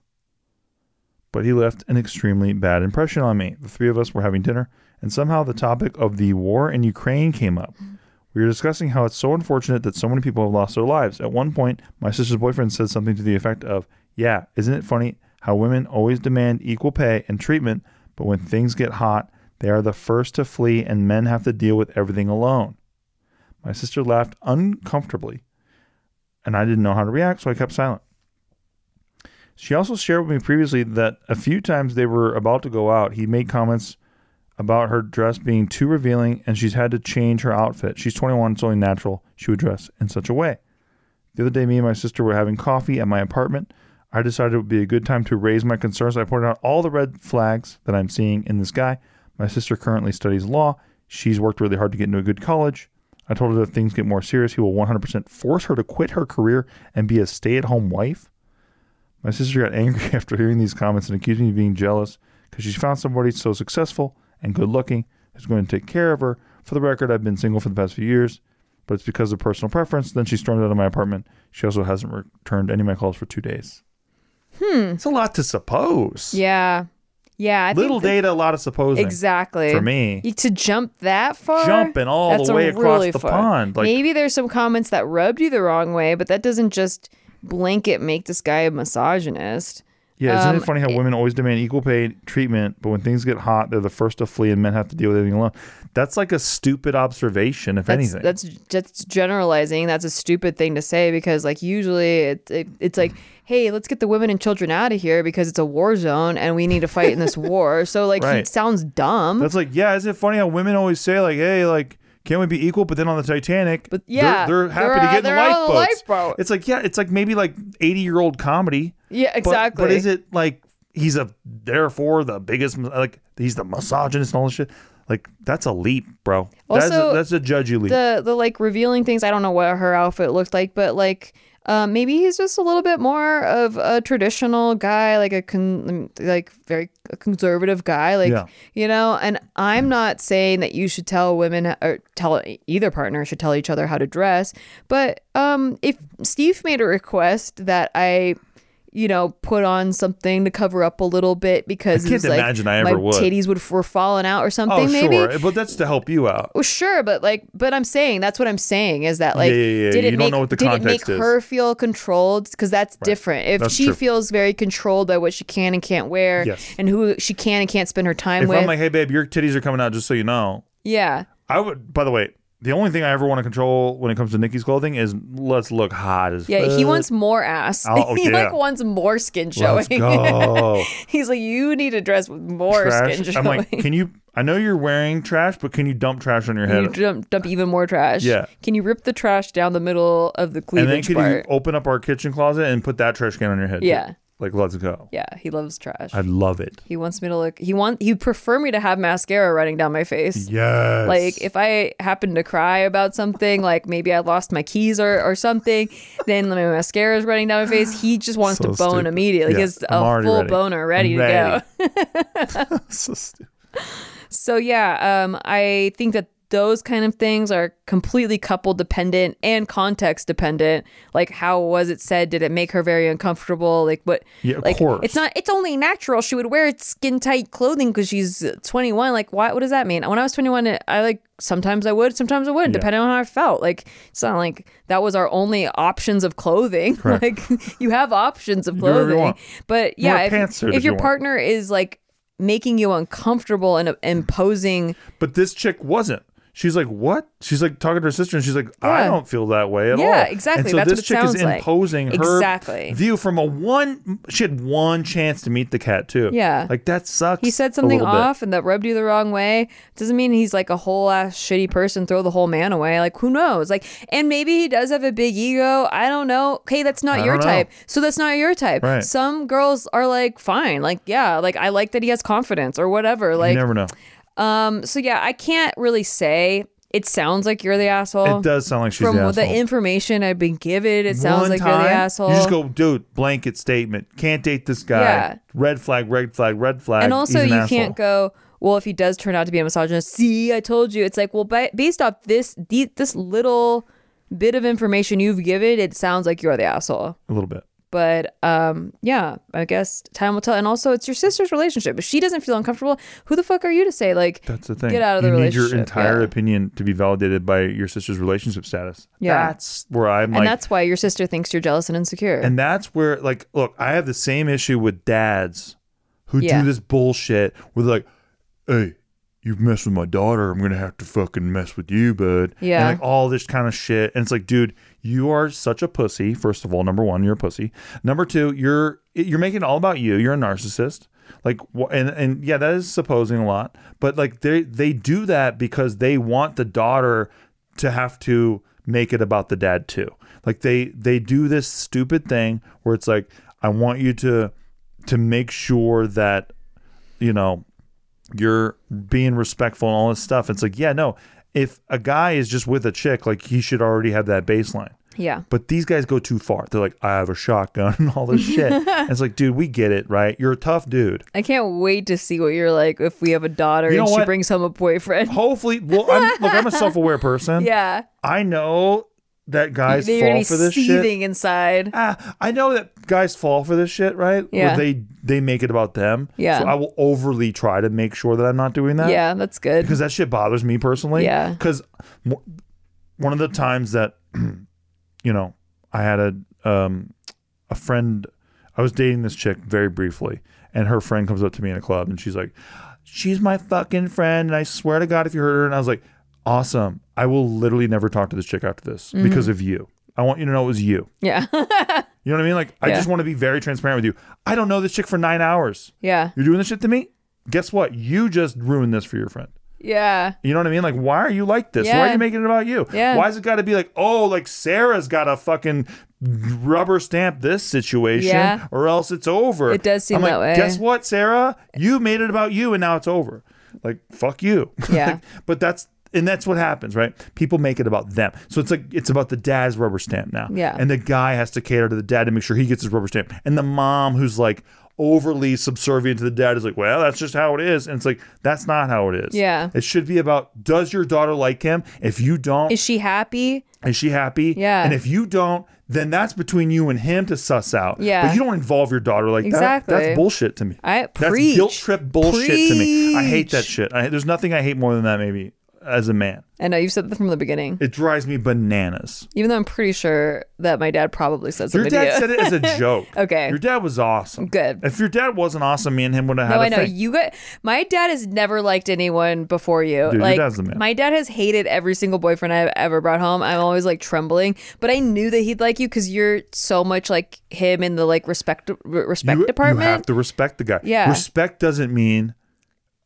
Speaker 3: but he left an extremely bad impression on me. The three of us were having dinner, and somehow the topic of the war in Ukraine came up. We were discussing how it's so unfortunate that so many people have lost their lives. At one point, my sister's boyfriend said something to the effect of, Yeah, isn't it funny how women always demand equal pay and treatment, but when things get hot, they are the first to flee and men have to deal with everything alone? My sister laughed uncomfortably, and I didn't know how to react, so I kept silent. She also shared with me previously that a few times they were about to go out, he made comments about her dress being too revealing and she's had to change her outfit. She's 21, it's only natural she would dress in such a way. The other day, me and my sister were having coffee at my apartment. I decided it would be a good time to raise my concerns. I pointed out all the red flags that I'm seeing in this guy. My sister currently studies law. She's worked really hard to get into a good college. I told her that if things get more serious, he will 100% force her to quit her career and be a stay at home wife. My sister got angry after hearing these comments and accused me of being jealous because she's found somebody so successful and good looking who's going to take care of her. For the record, I've been single for the past few years, but it's because of personal preference. Then she stormed out of my apartment. She also hasn't returned any of my calls for two days.
Speaker 4: It's a lot to suppose.
Speaker 2: Hmm. Yeah. Yeah. I think
Speaker 3: Little
Speaker 2: that-
Speaker 3: data, a lot of supposing.
Speaker 2: Exactly.
Speaker 3: For me.
Speaker 2: You- to jump that far,
Speaker 3: Jumping all the
Speaker 2: that's a
Speaker 3: way across
Speaker 2: really
Speaker 3: the
Speaker 2: far-
Speaker 3: pond, like-
Speaker 2: Maybe there's some comments that rubbed you the wrong way, but that doesn't just blanket make this guy a misogynist.
Speaker 3: Yeah, isn't
Speaker 2: Um,
Speaker 3: it funny how women always demand equal pay treatment, but when things get hot, they're the first to flee and men have to deal with anything alone? That's like a stupid observation, if
Speaker 2: That's,
Speaker 3: anything.
Speaker 2: That's that's generalizing. That's a stupid thing to say because like usually it, it it's like, hey, let's get the women and children out of here because it's a war zone and we need to fight in this war. So like he
Speaker 3: Right.
Speaker 2: sounds dumb.
Speaker 3: That's like, yeah, isn't it funny how women always say, like, hey, like, can't we be equal? But then on the Titanic,
Speaker 2: But
Speaker 3: they're-
Speaker 2: yeah,
Speaker 3: they're, happy
Speaker 2: they're-
Speaker 3: to get in the
Speaker 2: they're on the
Speaker 3: lifeboats.
Speaker 2: lifeboat.
Speaker 3: It's like, yeah, it's like maybe like 80 year old comedy.
Speaker 2: yeah,
Speaker 3: But-
Speaker 2: exactly.
Speaker 3: But, is it like he's a, therefore, the biggest, mis- like, he's the misogynist and all this shit? Like, that's a leap, bro. that's, a,
Speaker 2: Also,
Speaker 3: that's a judge you leap.
Speaker 2: the the like revealing things. I don't know what her outfit looked like, but like um, maybe he's just a little bit more of a traditional guy, like a con- like very conservative guy, like
Speaker 3: Yeah.
Speaker 2: you know. And I'm not saying that you should tell women or tell either partner should tell each other how to dress, but um, if Steve made a request that I. You know, put on something to cover up a little bit because
Speaker 3: I can't
Speaker 2: he's like,
Speaker 3: imagine I
Speaker 2: my
Speaker 3: ever would."
Speaker 2: titties would were falling out or something.
Speaker 3: oh,
Speaker 2: maybe
Speaker 3: sure. But that's to help you out.
Speaker 2: well, Oh, sure, but like, but I'm saying that's what I'm saying is that like,
Speaker 3: Yeah, yeah, yeah.
Speaker 2: did
Speaker 3: You
Speaker 2: it
Speaker 3: don't
Speaker 2: make
Speaker 3: know what the
Speaker 2: did it make
Speaker 3: context is.
Speaker 2: her feel controlled? Because that's different. If
Speaker 3: That's
Speaker 2: she
Speaker 3: true.
Speaker 2: feels very controlled by what she can and can't wear,
Speaker 3: Yes.
Speaker 2: and who she can and can't spend her time
Speaker 3: If
Speaker 2: with,
Speaker 3: I'm like, hey, babe, your titties are coming out just so you know,
Speaker 2: yeah,
Speaker 3: I would. By the way, the only thing I ever want to control when it comes to Nikki's clothing is let's look hot as
Speaker 2: yeah, he
Speaker 3: fuck.
Speaker 2: wants more ass.
Speaker 3: Oh,
Speaker 2: he
Speaker 3: uh, yeah.
Speaker 2: like wants more skin
Speaker 3: Let's
Speaker 2: showing.
Speaker 3: go.
Speaker 2: He's like, you need to dress with more skin
Speaker 3: trash.
Speaker 2: showing.
Speaker 3: I'm like, can you? I know you're wearing trash, but can you dump trash on your head?
Speaker 2: you dump, dump even more trash.
Speaker 3: Yeah.
Speaker 2: Can you rip the trash down the middle of the
Speaker 3: and then
Speaker 2: cleavage
Speaker 3: could you
Speaker 2: part?
Speaker 3: open up our kitchen closet and put that trash can on your head? too?
Speaker 2: Yeah.
Speaker 3: Like, let's go.
Speaker 2: Yeah, he loves trash.
Speaker 3: I love it.
Speaker 2: He wants me to look. He want. He'd prefer me to have mascara running down my face.
Speaker 3: Yes.
Speaker 2: Like if I happen to cry about something, like maybe I lost my keys or, or something, then my mascara is running down my face. He just wants
Speaker 3: So
Speaker 2: to bone
Speaker 3: stupid.
Speaker 2: immediately.
Speaker 3: Yeah,
Speaker 2: He has
Speaker 3: I'm
Speaker 2: a
Speaker 3: already
Speaker 2: full
Speaker 3: ready.
Speaker 2: boner ready
Speaker 3: I'm
Speaker 2: to
Speaker 3: ready.
Speaker 2: go.
Speaker 3: so stupid.
Speaker 2: So yeah, um, I think that those kind of things are completely couple dependent and context dependent. Like how was it said? Did it make her very uncomfortable? Like what?
Speaker 3: Yeah, of
Speaker 2: like,
Speaker 3: course.
Speaker 2: It's not. It's only natural. She would wear skin tight clothing because she's 21. Like why? What does that mean? When I was 21, I like sometimes I would, sometimes I wouldn't, depending on how I felt. Like it's not like that was our only options of clothing. Like you have options of
Speaker 3: do whatever you
Speaker 2: clothing,
Speaker 3: want.
Speaker 2: but yeah,
Speaker 3: wear
Speaker 2: if,
Speaker 3: pantsuit
Speaker 2: if
Speaker 3: if you
Speaker 2: your
Speaker 3: want.
Speaker 2: partner is like making you uncomfortable and uh, imposing
Speaker 3: But this chick wasn't. She's like, what? She's like talking to her sister, and she's like, I
Speaker 2: Yeah.
Speaker 3: don't feel that way at
Speaker 2: Yeah,
Speaker 3: all.
Speaker 2: exactly.
Speaker 3: And so
Speaker 2: That's
Speaker 3: this
Speaker 2: what it
Speaker 3: chick is
Speaker 2: sounds like.
Speaker 3: imposing her
Speaker 2: Exactly.
Speaker 3: view from a one. She had one chance to meet the cat too.
Speaker 2: Yeah.
Speaker 3: like that sucks.
Speaker 2: he said
Speaker 3: a
Speaker 2: something
Speaker 3: little bit.
Speaker 2: off and that rubbed you the wrong way doesn't mean he's like a whole ass shitty person throw the whole man away like who knows like and maybe he does have a big ego i don't know okay that's not
Speaker 3: I
Speaker 2: your
Speaker 3: don't know.
Speaker 2: type so that's not your type
Speaker 3: Right.
Speaker 2: some girls are like fine like yeah like i like mm, that he has confidence or whatever like
Speaker 3: you never know.
Speaker 2: um so yeah i can't really say It sounds like you're the asshole.
Speaker 3: It does sound like she's
Speaker 2: oh, From
Speaker 3: the asshole.
Speaker 2: information I've been given, it sounds
Speaker 3: One
Speaker 2: like you're
Speaker 3: time,
Speaker 2: the asshole.
Speaker 3: You just go, dude, blanket statement. Can't date this guy.
Speaker 2: Yeah.
Speaker 3: Red flag, red flag, red flag.
Speaker 2: and also,
Speaker 3: He's
Speaker 2: you
Speaker 3: an asshole.
Speaker 2: can't go. Well, if he does turn out to be a misogynist, see, I told you. It's like, well, ba- based off this the, this little bit of information you've given, it sounds like you're the asshole.
Speaker 3: A little bit.
Speaker 2: But um, yeah, I guess time will tell. And also, it's your sister's relationship. If she doesn't feel uncomfortable, who the fuck are you to say like
Speaker 3: That's the thing.
Speaker 2: Get out of the
Speaker 3: you
Speaker 2: relationship.
Speaker 3: need your entire
Speaker 2: yeah.
Speaker 3: opinion to be validated by your sister's relationship status.
Speaker 2: Yeah.
Speaker 3: That's where I'm
Speaker 2: and
Speaker 3: like,
Speaker 2: that's why your sister thinks you're jealous and insecure.
Speaker 3: And that's where, like, look, I have the same issue with dads who
Speaker 2: Yeah.
Speaker 3: do this bullshit where they're like, hey, you've messed with my daughter. I'm going to have to fucking mess with you, bud.
Speaker 2: Yeah.
Speaker 3: And like all this kind of shit. And it's like, dude, you are such a pussy. First of all, number one, you're a pussy. Number two, you're you're making it all about you. You're a narcissist. Like, wh- and and yeah, that is supposing a lot, but like they they do that because they want the daughter to have to make it about the dad too. Like they they do this stupid thing where it's like I want you to to make sure that you know you're being respectful and all this stuff. It's like yeah, no. If a guy is just with a chick, like he should already have that baseline.
Speaker 2: yeah.
Speaker 3: But these guys go too far. They're like, I have a shotgun and all this shit. And it's like, dude, we get it, right? You're a tough dude.
Speaker 2: I can't wait to see what you're like if we have a daughter
Speaker 3: You know
Speaker 2: and she
Speaker 3: what?
Speaker 2: brings home a boyfriend.
Speaker 3: Hopefully, well, I'm, look, I'm a self aware person.
Speaker 2: yeah.
Speaker 3: I know that guys
Speaker 2: They're
Speaker 3: fall
Speaker 2: gonna be
Speaker 3: for this shit.
Speaker 2: seething inside.
Speaker 3: ah, I know that guys fall for this shit, right?
Speaker 2: Yeah.
Speaker 3: Where they they make it about them.
Speaker 2: Yeah.
Speaker 3: So I will overly try to make sure that I'm not doing that.
Speaker 2: yeah, that's good.
Speaker 3: Because that shit bothers me personally.
Speaker 2: Yeah.
Speaker 3: Because one of the times that you know I had a um a friend I was dating this chick very briefly, and her friend comes up to me in a club, and she's like, "She's my fucking friend," and I swear to God, if you heard her, and I was like, "Awesome! I will literally never talk to this chick after this
Speaker 2: Mm-hmm.
Speaker 3: because of you. I want you to know it was you."
Speaker 2: Yeah.
Speaker 3: You know what I mean? Like, I
Speaker 2: Yeah.
Speaker 3: just want to be very transparent with you. I don't know this chick for nine hours.
Speaker 2: yeah.
Speaker 3: You're doing this shit to me? Guess what? You just ruined this for your friend.
Speaker 2: Yeah.
Speaker 3: You know what I mean? Like, why are you like this? Why are
Speaker 2: Yeah.
Speaker 3: you making it about you?
Speaker 2: Yeah.
Speaker 3: Why's it got to be like, oh, like Sarah's got to fucking rubber stamp this situation
Speaker 2: Yeah.
Speaker 3: or else it's over?
Speaker 2: It does seem
Speaker 3: I'm like,
Speaker 2: that way.
Speaker 3: Guess what, Sarah? You made it about you and now it's over. Like, fuck you.
Speaker 2: Yeah.
Speaker 3: Like, but that's. And that's what happens, right? People make it about them. So it's like it's about the dad's rubber stamp now.
Speaker 2: Yeah.
Speaker 3: And the guy has to cater to the dad to make sure he gets his rubber stamp. And the mom who's like overly subservient to the dad is like, well, that's just how it is. And it's like, that's not how it is.
Speaker 2: Yeah.
Speaker 3: It should be about does your daughter like him? If you don't,
Speaker 2: Is
Speaker 3: is,
Speaker 2: she happy?
Speaker 3: she happy?
Speaker 2: Yeah.
Speaker 3: And if you don't, then that's between you and him to suss out.
Speaker 2: Yeah.
Speaker 3: But you don't involve your daughter like that.
Speaker 2: Exactly.
Speaker 3: That's bullshit to me.
Speaker 2: I
Speaker 3: that's
Speaker 2: preach.
Speaker 3: guilt trip bullshit to me. I hate that shit. I, there's nothing I hate more than that, maybe, as a man.
Speaker 2: I know you've said that from the beginning.
Speaker 3: It drives me bananas.
Speaker 2: Even though I'm pretty sure that my dad probably says
Speaker 3: Your
Speaker 2: it.
Speaker 3: dad said it as a joke.
Speaker 2: Okay.
Speaker 3: Your dad was awesome.
Speaker 2: Good.
Speaker 3: If your dad wasn't awesome, me and him would have had
Speaker 2: No,
Speaker 3: a
Speaker 2: I know
Speaker 3: thing.
Speaker 2: you got. My dad has never liked anyone before you.
Speaker 3: your
Speaker 2: like
Speaker 3: dad's the man.
Speaker 2: my dad has hated every single boyfriend I've ever brought home. I'm always like trembling, but I knew that he'd like you because you're so much like him in the like respect re- respect
Speaker 3: you, you
Speaker 2: department.
Speaker 3: have to respect the guy.
Speaker 2: Yeah.
Speaker 3: Respect doesn't mean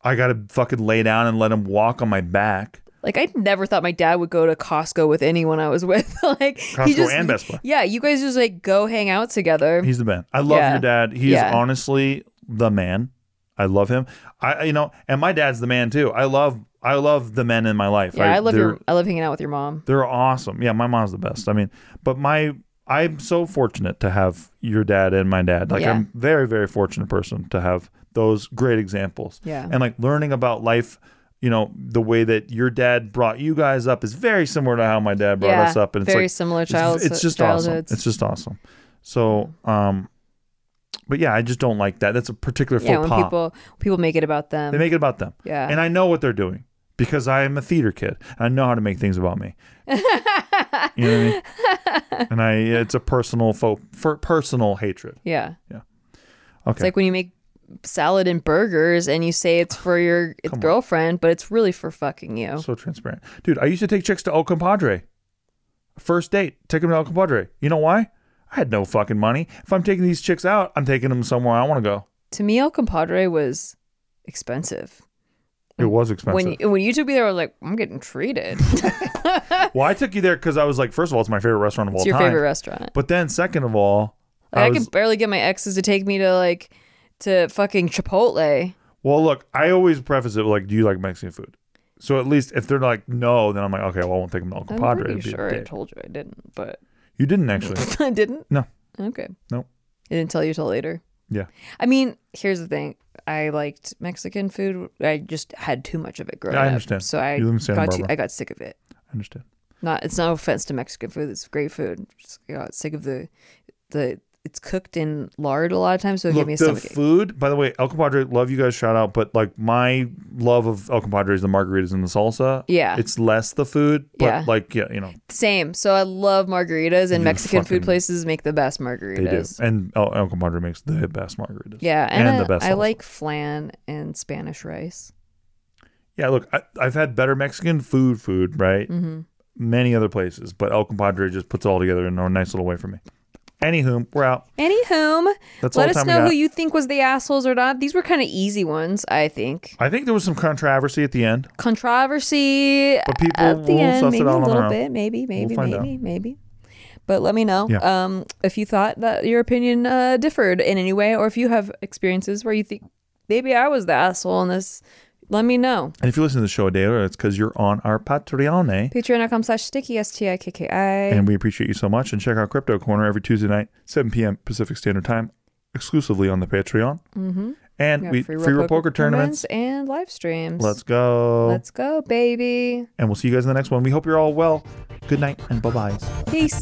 Speaker 3: I gotta fucking lay down and let him walk on my back.
Speaker 2: Like I never thought my dad would go to Costco with anyone I was with. like
Speaker 3: Costco
Speaker 2: he just,
Speaker 3: and Best Buy.
Speaker 2: Yeah, you guys just like go hang out together.
Speaker 3: He's the man. I love
Speaker 2: Yeah.
Speaker 3: your dad. He's
Speaker 2: Yeah. honestly
Speaker 3: honestly the man. I love him. I you know, and my dad's the man too. I love I love the men in my life.
Speaker 2: yeah, I, love
Speaker 3: they're-
Speaker 2: your I love hanging out with your mom.
Speaker 3: They're awesome. Yeah, my mom's the best. I mean, but my I'm so fortunate to have your dad and my dad. Like
Speaker 2: Yeah.
Speaker 3: I'm very very fortunate person to have those great examples.
Speaker 2: Yeah.
Speaker 3: And like learning about life, you know, the way that your dad brought you guys up is very similar to how my dad brought
Speaker 2: Yeah,
Speaker 3: us up and it's
Speaker 2: very
Speaker 3: like,
Speaker 2: similar
Speaker 3: it's-
Speaker 2: childhood.
Speaker 3: It's just
Speaker 2: childhoods.
Speaker 3: awesome. It's just awesome. So, um but yeah, I just don't like that. That's a particular faux
Speaker 2: yeah, when
Speaker 3: pas.
Speaker 2: people people make it about them.
Speaker 3: They make it about them.
Speaker 2: Yeah.
Speaker 3: And I know what they're doing because I am a theater kid. I know how to make things about me. you know what I mean? And I it's a personal fo- for personal hatred.
Speaker 2: yeah. It's
Speaker 3: Okay.
Speaker 2: like when you make salad and burgers and you say it's for your girlfriend, but it's really for fucking you.
Speaker 3: so transparent. Dude, I used to take chicks to El Compadre. First date, take them to El Compadre. You know why? I had no fucking money. If I'm taking these chicks out, I'm taking them somewhere I want to go.
Speaker 2: To me, El Compadre was expensive.
Speaker 3: It was expensive.
Speaker 2: When you, when you took me there, I was like, I'm getting treated. it's
Speaker 3: well, I took you there because I was like, first of all, it's my favorite restaurant of all
Speaker 2: your
Speaker 3: time.
Speaker 2: favorite restaurant.
Speaker 3: But then, second of all,
Speaker 2: Like, I,
Speaker 3: I was,
Speaker 2: could barely get my exes to take me to like to fucking Chipotle.
Speaker 3: well, look, I always preface it with, like, do you like Mexican food? So at least if they're like no, then I'm like okay, well I won't take them to Uncle
Speaker 2: I'm
Speaker 3: Padre.
Speaker 2: pretty
Speaker 3: It'd be a
Speaker 2: sure I
Speaker 3: dick.
Speaker 2: told you I didn't, but
Speaker 3: You didn't actually.
Speaker 2: I didn't.
Speaker 3: No.
Speaker 2: Okay.
Speaker 3: No.
Speaker 2: I didn't tell you till later.
Speaker 3: Yeah.
Speaker 2: I mean, here's the thing. I liked Mexican food. I just had too much of it growing
Speaker 3: Yeah, I
Speaker 2: up.
Speaker 3: understand.
Speaker 2: So I
Speaker 3: You live in Santa
Speaker 2: got too,
Speaker 3: Barbara.
Speaker 2: I got sick of it.
Speaker 3: I understand.
Speaker 2: Not it's no offense to Mexican food. It's great food. Just got sick of the the it's cooked in lard a lot of times, so it gave
Speaker 3: Look,
Speaker 2: me a
Speaker 3: the
Speaker 2: stomachache.
Speaker 3: food. By the way, El Compadre, love you guys. Shout out, but like my love of El Compadre is the margaritas and the salsa.
Speaker 2: Yeah.
Speaker 3: it's less the food, but
Speaker 2: Yeah.
Speaker 3: like yeah, you know
Speaker 2: Same. So I love margaritas, and
Speaker 3: You
Speaker 2: Mexican
Speaker 3: fucking-
Speaker 2: food places make the best
Speaker 3: they do.
Speaker 2: margaritas.
Speaker 3: And El, El Compadre makes the best margaritas.
Speaker 2: Yeah, and,
Speaker 3: And
Speaker 2: I,
Speaker 3: the best
Speaker 2: I
Speaker 3: salsa.
Speaker 2: like flan and Spanish rice.
Speaker 3: yeah. Look, I, I've had better Mexican food, food right, many other places, but El Compadre just puts it all together in a nice little way for me. Anywho, we're out.
Speaker 2: Anywho,
Speaker 3: That's all
Speaker 2: let
Speaker 3: the
Speaker 2: us
Speaker 3: time we
Speaker 2: know who
Speaker 3: got.
Speaker 2: you think was the assholes or not. These were kind of easy ones, I think.
Speaker 3: I think there was some controversy at the end.
Speaker 2: Controversy
Speaker 3: But people
Speaker 2: at the
Speaker 3: will
Speaker 2: end,
Speaker 3: suss it
Speaker 2: maybe
Speaker 3: out
Speaker 2: a
Speaker 3: on
Speaker 2: little
Speaker 3: their own.
Speaker 2: bit, maybe, maybe,
Speaker 3: find
Speaker 2: maybe, maybe. But let me know
Speaker 3: Yeah.
Speaker 2: um, if you thought that your opinion uh, differed in any way, or if you have experiences where you think maybe I was the asshole in this. Let me know.
Speaker 3: And if you listen to the show a day earlier, it's because you're on our Patreon, eh?
Speaker 2: Patreon.com slash sticky, S T I K K I.
Speaker 3: And we appreciate you so much. And check out Crypto Corner every Tuesday night, 7 p.m. Pacific Standard Time, exclusively on the Patreon.
Speaker 2: Mm-hmm.
Speaker 3: And we free, roll poker, tournaments.
Speaker 2: and live streams.
Speaker 3: Let's go.
Speaker 2: Let's go, baby.
Speaker 3: and we'll see you guys in the next one. We hope you're all well. Good night and bye bye.
Speaker 2: Peace.